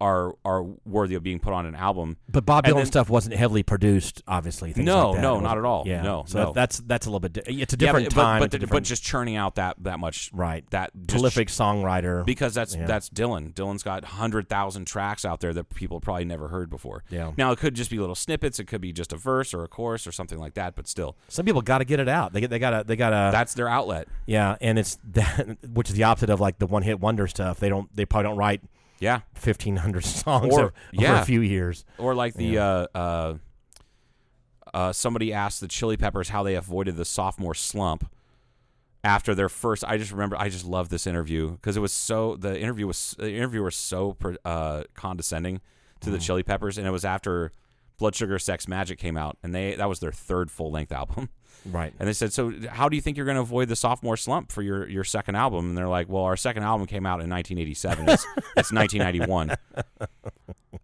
D: are are worthy of being put on an album.
E: But Bob Dylan
D: then-
E: stuff wasn't heavily produced, obviously. things
D: No,
E: like that.
D: no,
E: It was-
D: not at all.
E: Yeah,
D: No,
E: so
D: no.
E: that- that's that's a little bit. Di- it's a
D: Yeah, but,
E: different time.
D: But,
E: it's
D: but,
E: a
D: the- but
E: different-
D: just churning out that that much
E: right
D: that just-
E: prolific songwriter
D: because that's
E: Yeah.
D: that's Dylan. Dylan's got hundred thousand tracks out there that people probably never heard before.
E: Yeah.
D: Now it could just be little snippets. It could be just a verse or a chorus or something like that. But still,
E: some people got to get it out. They get they got to they got to
D: that's their outlet.
E: yeah, and it's *laughs* that which is the opposite of like the one hit wonder stuff. They don't they probably don't write
D: Yeah.
E: fifteen hundred *laughs* songs
D: Or-
E: over, over
D: yeah.
E: a few years.
D: Or like the uh, uh, uh, somebody asked the Chili Peppers how they avoided the sophomore slump after their first. I just remember I just loved this interview because it was so the interview was the interviewer was so per- uh, condescending to the Chili Peppers, and it was after Blood Sugar Sex Magic came out, and they that was their third full length *laughs* album.
E: Right.
D: And they said, "So, how do you think you're going to avoid the sophomore slump for your, your second album?" And they're like, "Well, our second album came out in 1987. It's, it's
E: *laughs*
D: 1991."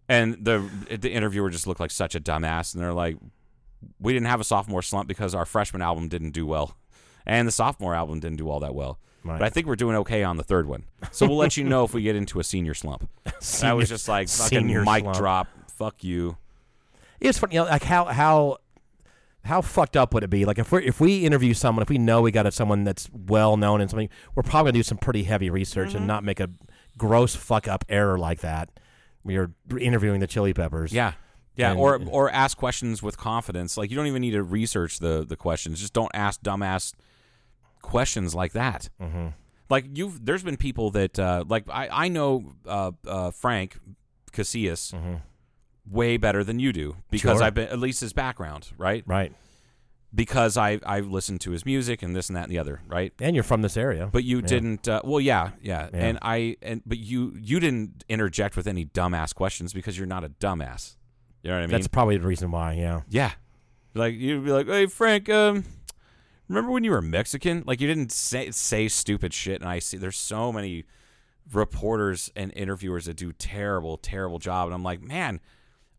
D: And the the interviewer just looked like such a dumbass. And they're like, "We didn't have a sophomore slump because our freshman album didn't do well, and the sophomore album didn't do all that well.
E: Right.
D: But I think we're doing okay on the third one. So we'll let you know if we get into a senior
E: *laughs*
D: slump." I
E: Senior-
D: was just like, "Fucking
E: senior
D: mic
E: slump.
D: drop, fuck you."
E: It's funny, you know, like how how how fucked up would it be? Like if we are if we interview someone, if we know we got someone that's well known and something, we're probably gonna do some pretty heavy research
D: Mm-hmm.
E: and not make a gross fuck up error like that. We are interviewing the Chili Peppers.
D: Yeah. Yeah,
E: And-
D: or or ask questions with confidence. Like you don't even need to research the the questions. Just don't ask dumbass questions like that. Mm-hmm. Like you've there's been people that uh, like I I know uh, uh, Frank Casillas way better than you do because
E: Mm-hmm. Sure.
D: I've been at least his background right
E: Right.
D: because I I've listened to his music and this and that and the other right.
E: And you're from this area.
D: But you didn't. Uh, well, yeah, yeah,
E: Yeah.
D: and I and but you you didn't interject with any dumbass questions because you're not a dumbass. You know what I mean?
E: that's probably the reason why, yeah.
D: Yeah. Like you'd be like, "Hey Frank, um, remember when you were Mexican? Like you didn't say say stupid shit." And I see there's so many reporters and interviewers that do terrible, terrible job, and I'm like, man,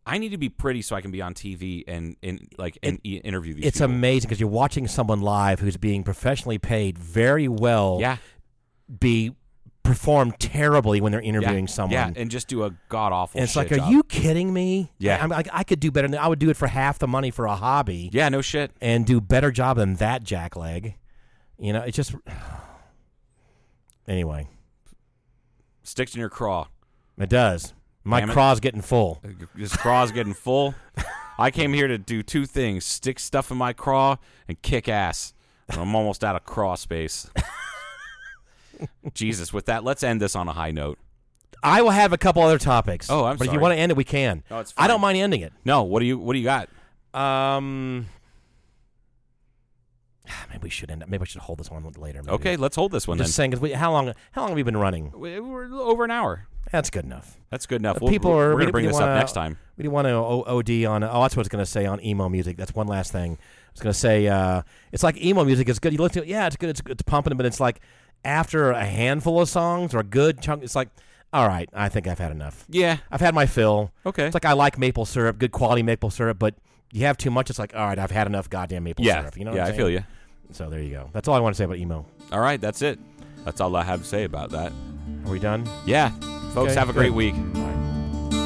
D: I need to be pretty so I can be on TV and and like and e- interview these.
E: It's
D: people.
E: amazing because you're watching someone live who's being professionally paid very well
D: yeah,
E: be perform terribly when they're
D: yeah,
E: interviewing someone.
D: Yeah, and just do a god awful.
E: And it's like, are you kidding me?
D: Yeah.
E: I'm like, I could do better than I would do it for half the money for a hobby
D: Yeah, no shit.
E: and do better job than that jackleg. You know, it's just *sighs* anyway.
D: Sticks in your craw.
E: It does. My
D: Damn it.
E: craw's getting full.
D: This craw's getting full. I came here to do two things: stick stuff in my craw and kick ass. And I'm almost out of craw space. Jesus, with that, let's end this on a high note.
E: I will have a couple other topics.
D: Oh, I'm
E: But if you
D: sorry.
E: want to end it, we can.
D: No, it's
E: I don't
D: fine.
E: mind ending it.
D: No, what do you what do you got?
E: Um, *sighs* maybe we should end. Up, maybe I should hold this one later. Maybe.
D: Okay, let's hold this one
E: Just
D: then.
E: saying, 'cause we, how long? How long have we been running?
D: We- We're over an hour.
E: That's good enough.
D: That's good enough.
E: But
D: We'll-
E: people
D: we're, we're
E: are. we
D: gonna
E: didn't-
D: bring
E: we
D: this
E: didn't
D: up
E: wanna-
D: next time.
E: We didn't want to OD on. Oh, that's what I was going to say on emo music. That's one last thing. I was going to say uh, it's like emo music is good. You listen to it, yeah, it's good. It's, it's pumping, but it's like after a handful of songs or a good chunk, it's like, all right, I think I've had enough.
D: Yeah.
E: I've had my fill.
D: Okay.
E: It's like I like maple syrup, good quality maple syrup, but you have too much. It's like, all right, I've had enough goddamn maple
D: yeah.
E: syrup. You know?
D: yeah,
E: what
D: I
E: I'm
D: feel you.
E: you. So there you go. That's all I want to say about emo.
D: All right, that's it. That's all I have to say about that.
E: Are we done?
D: Yeah, folks,
E: Okay,
D: have a great
E: good.
D: week.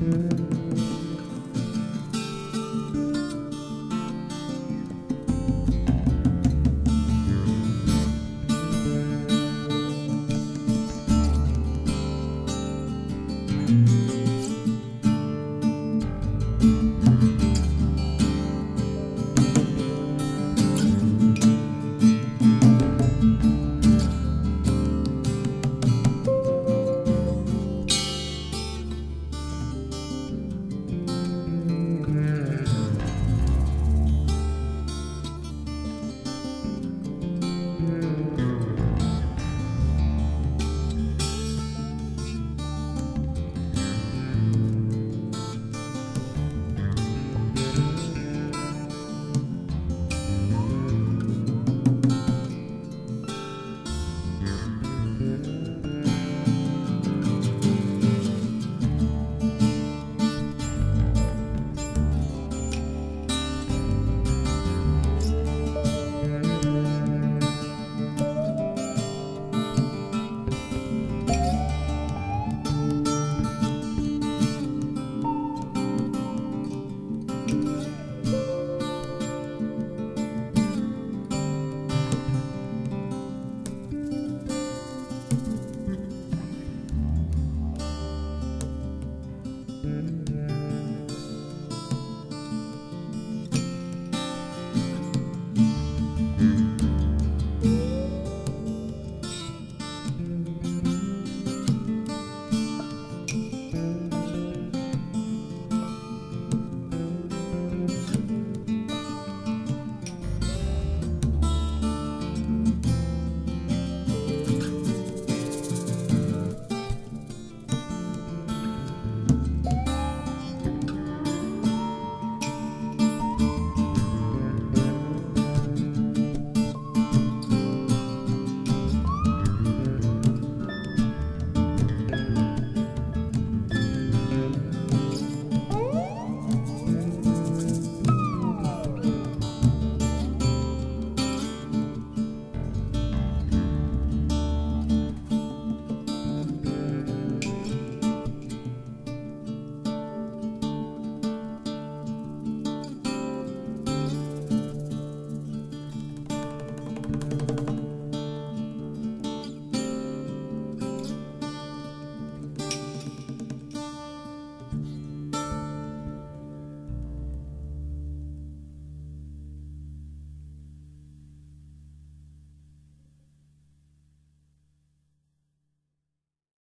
B: Mm.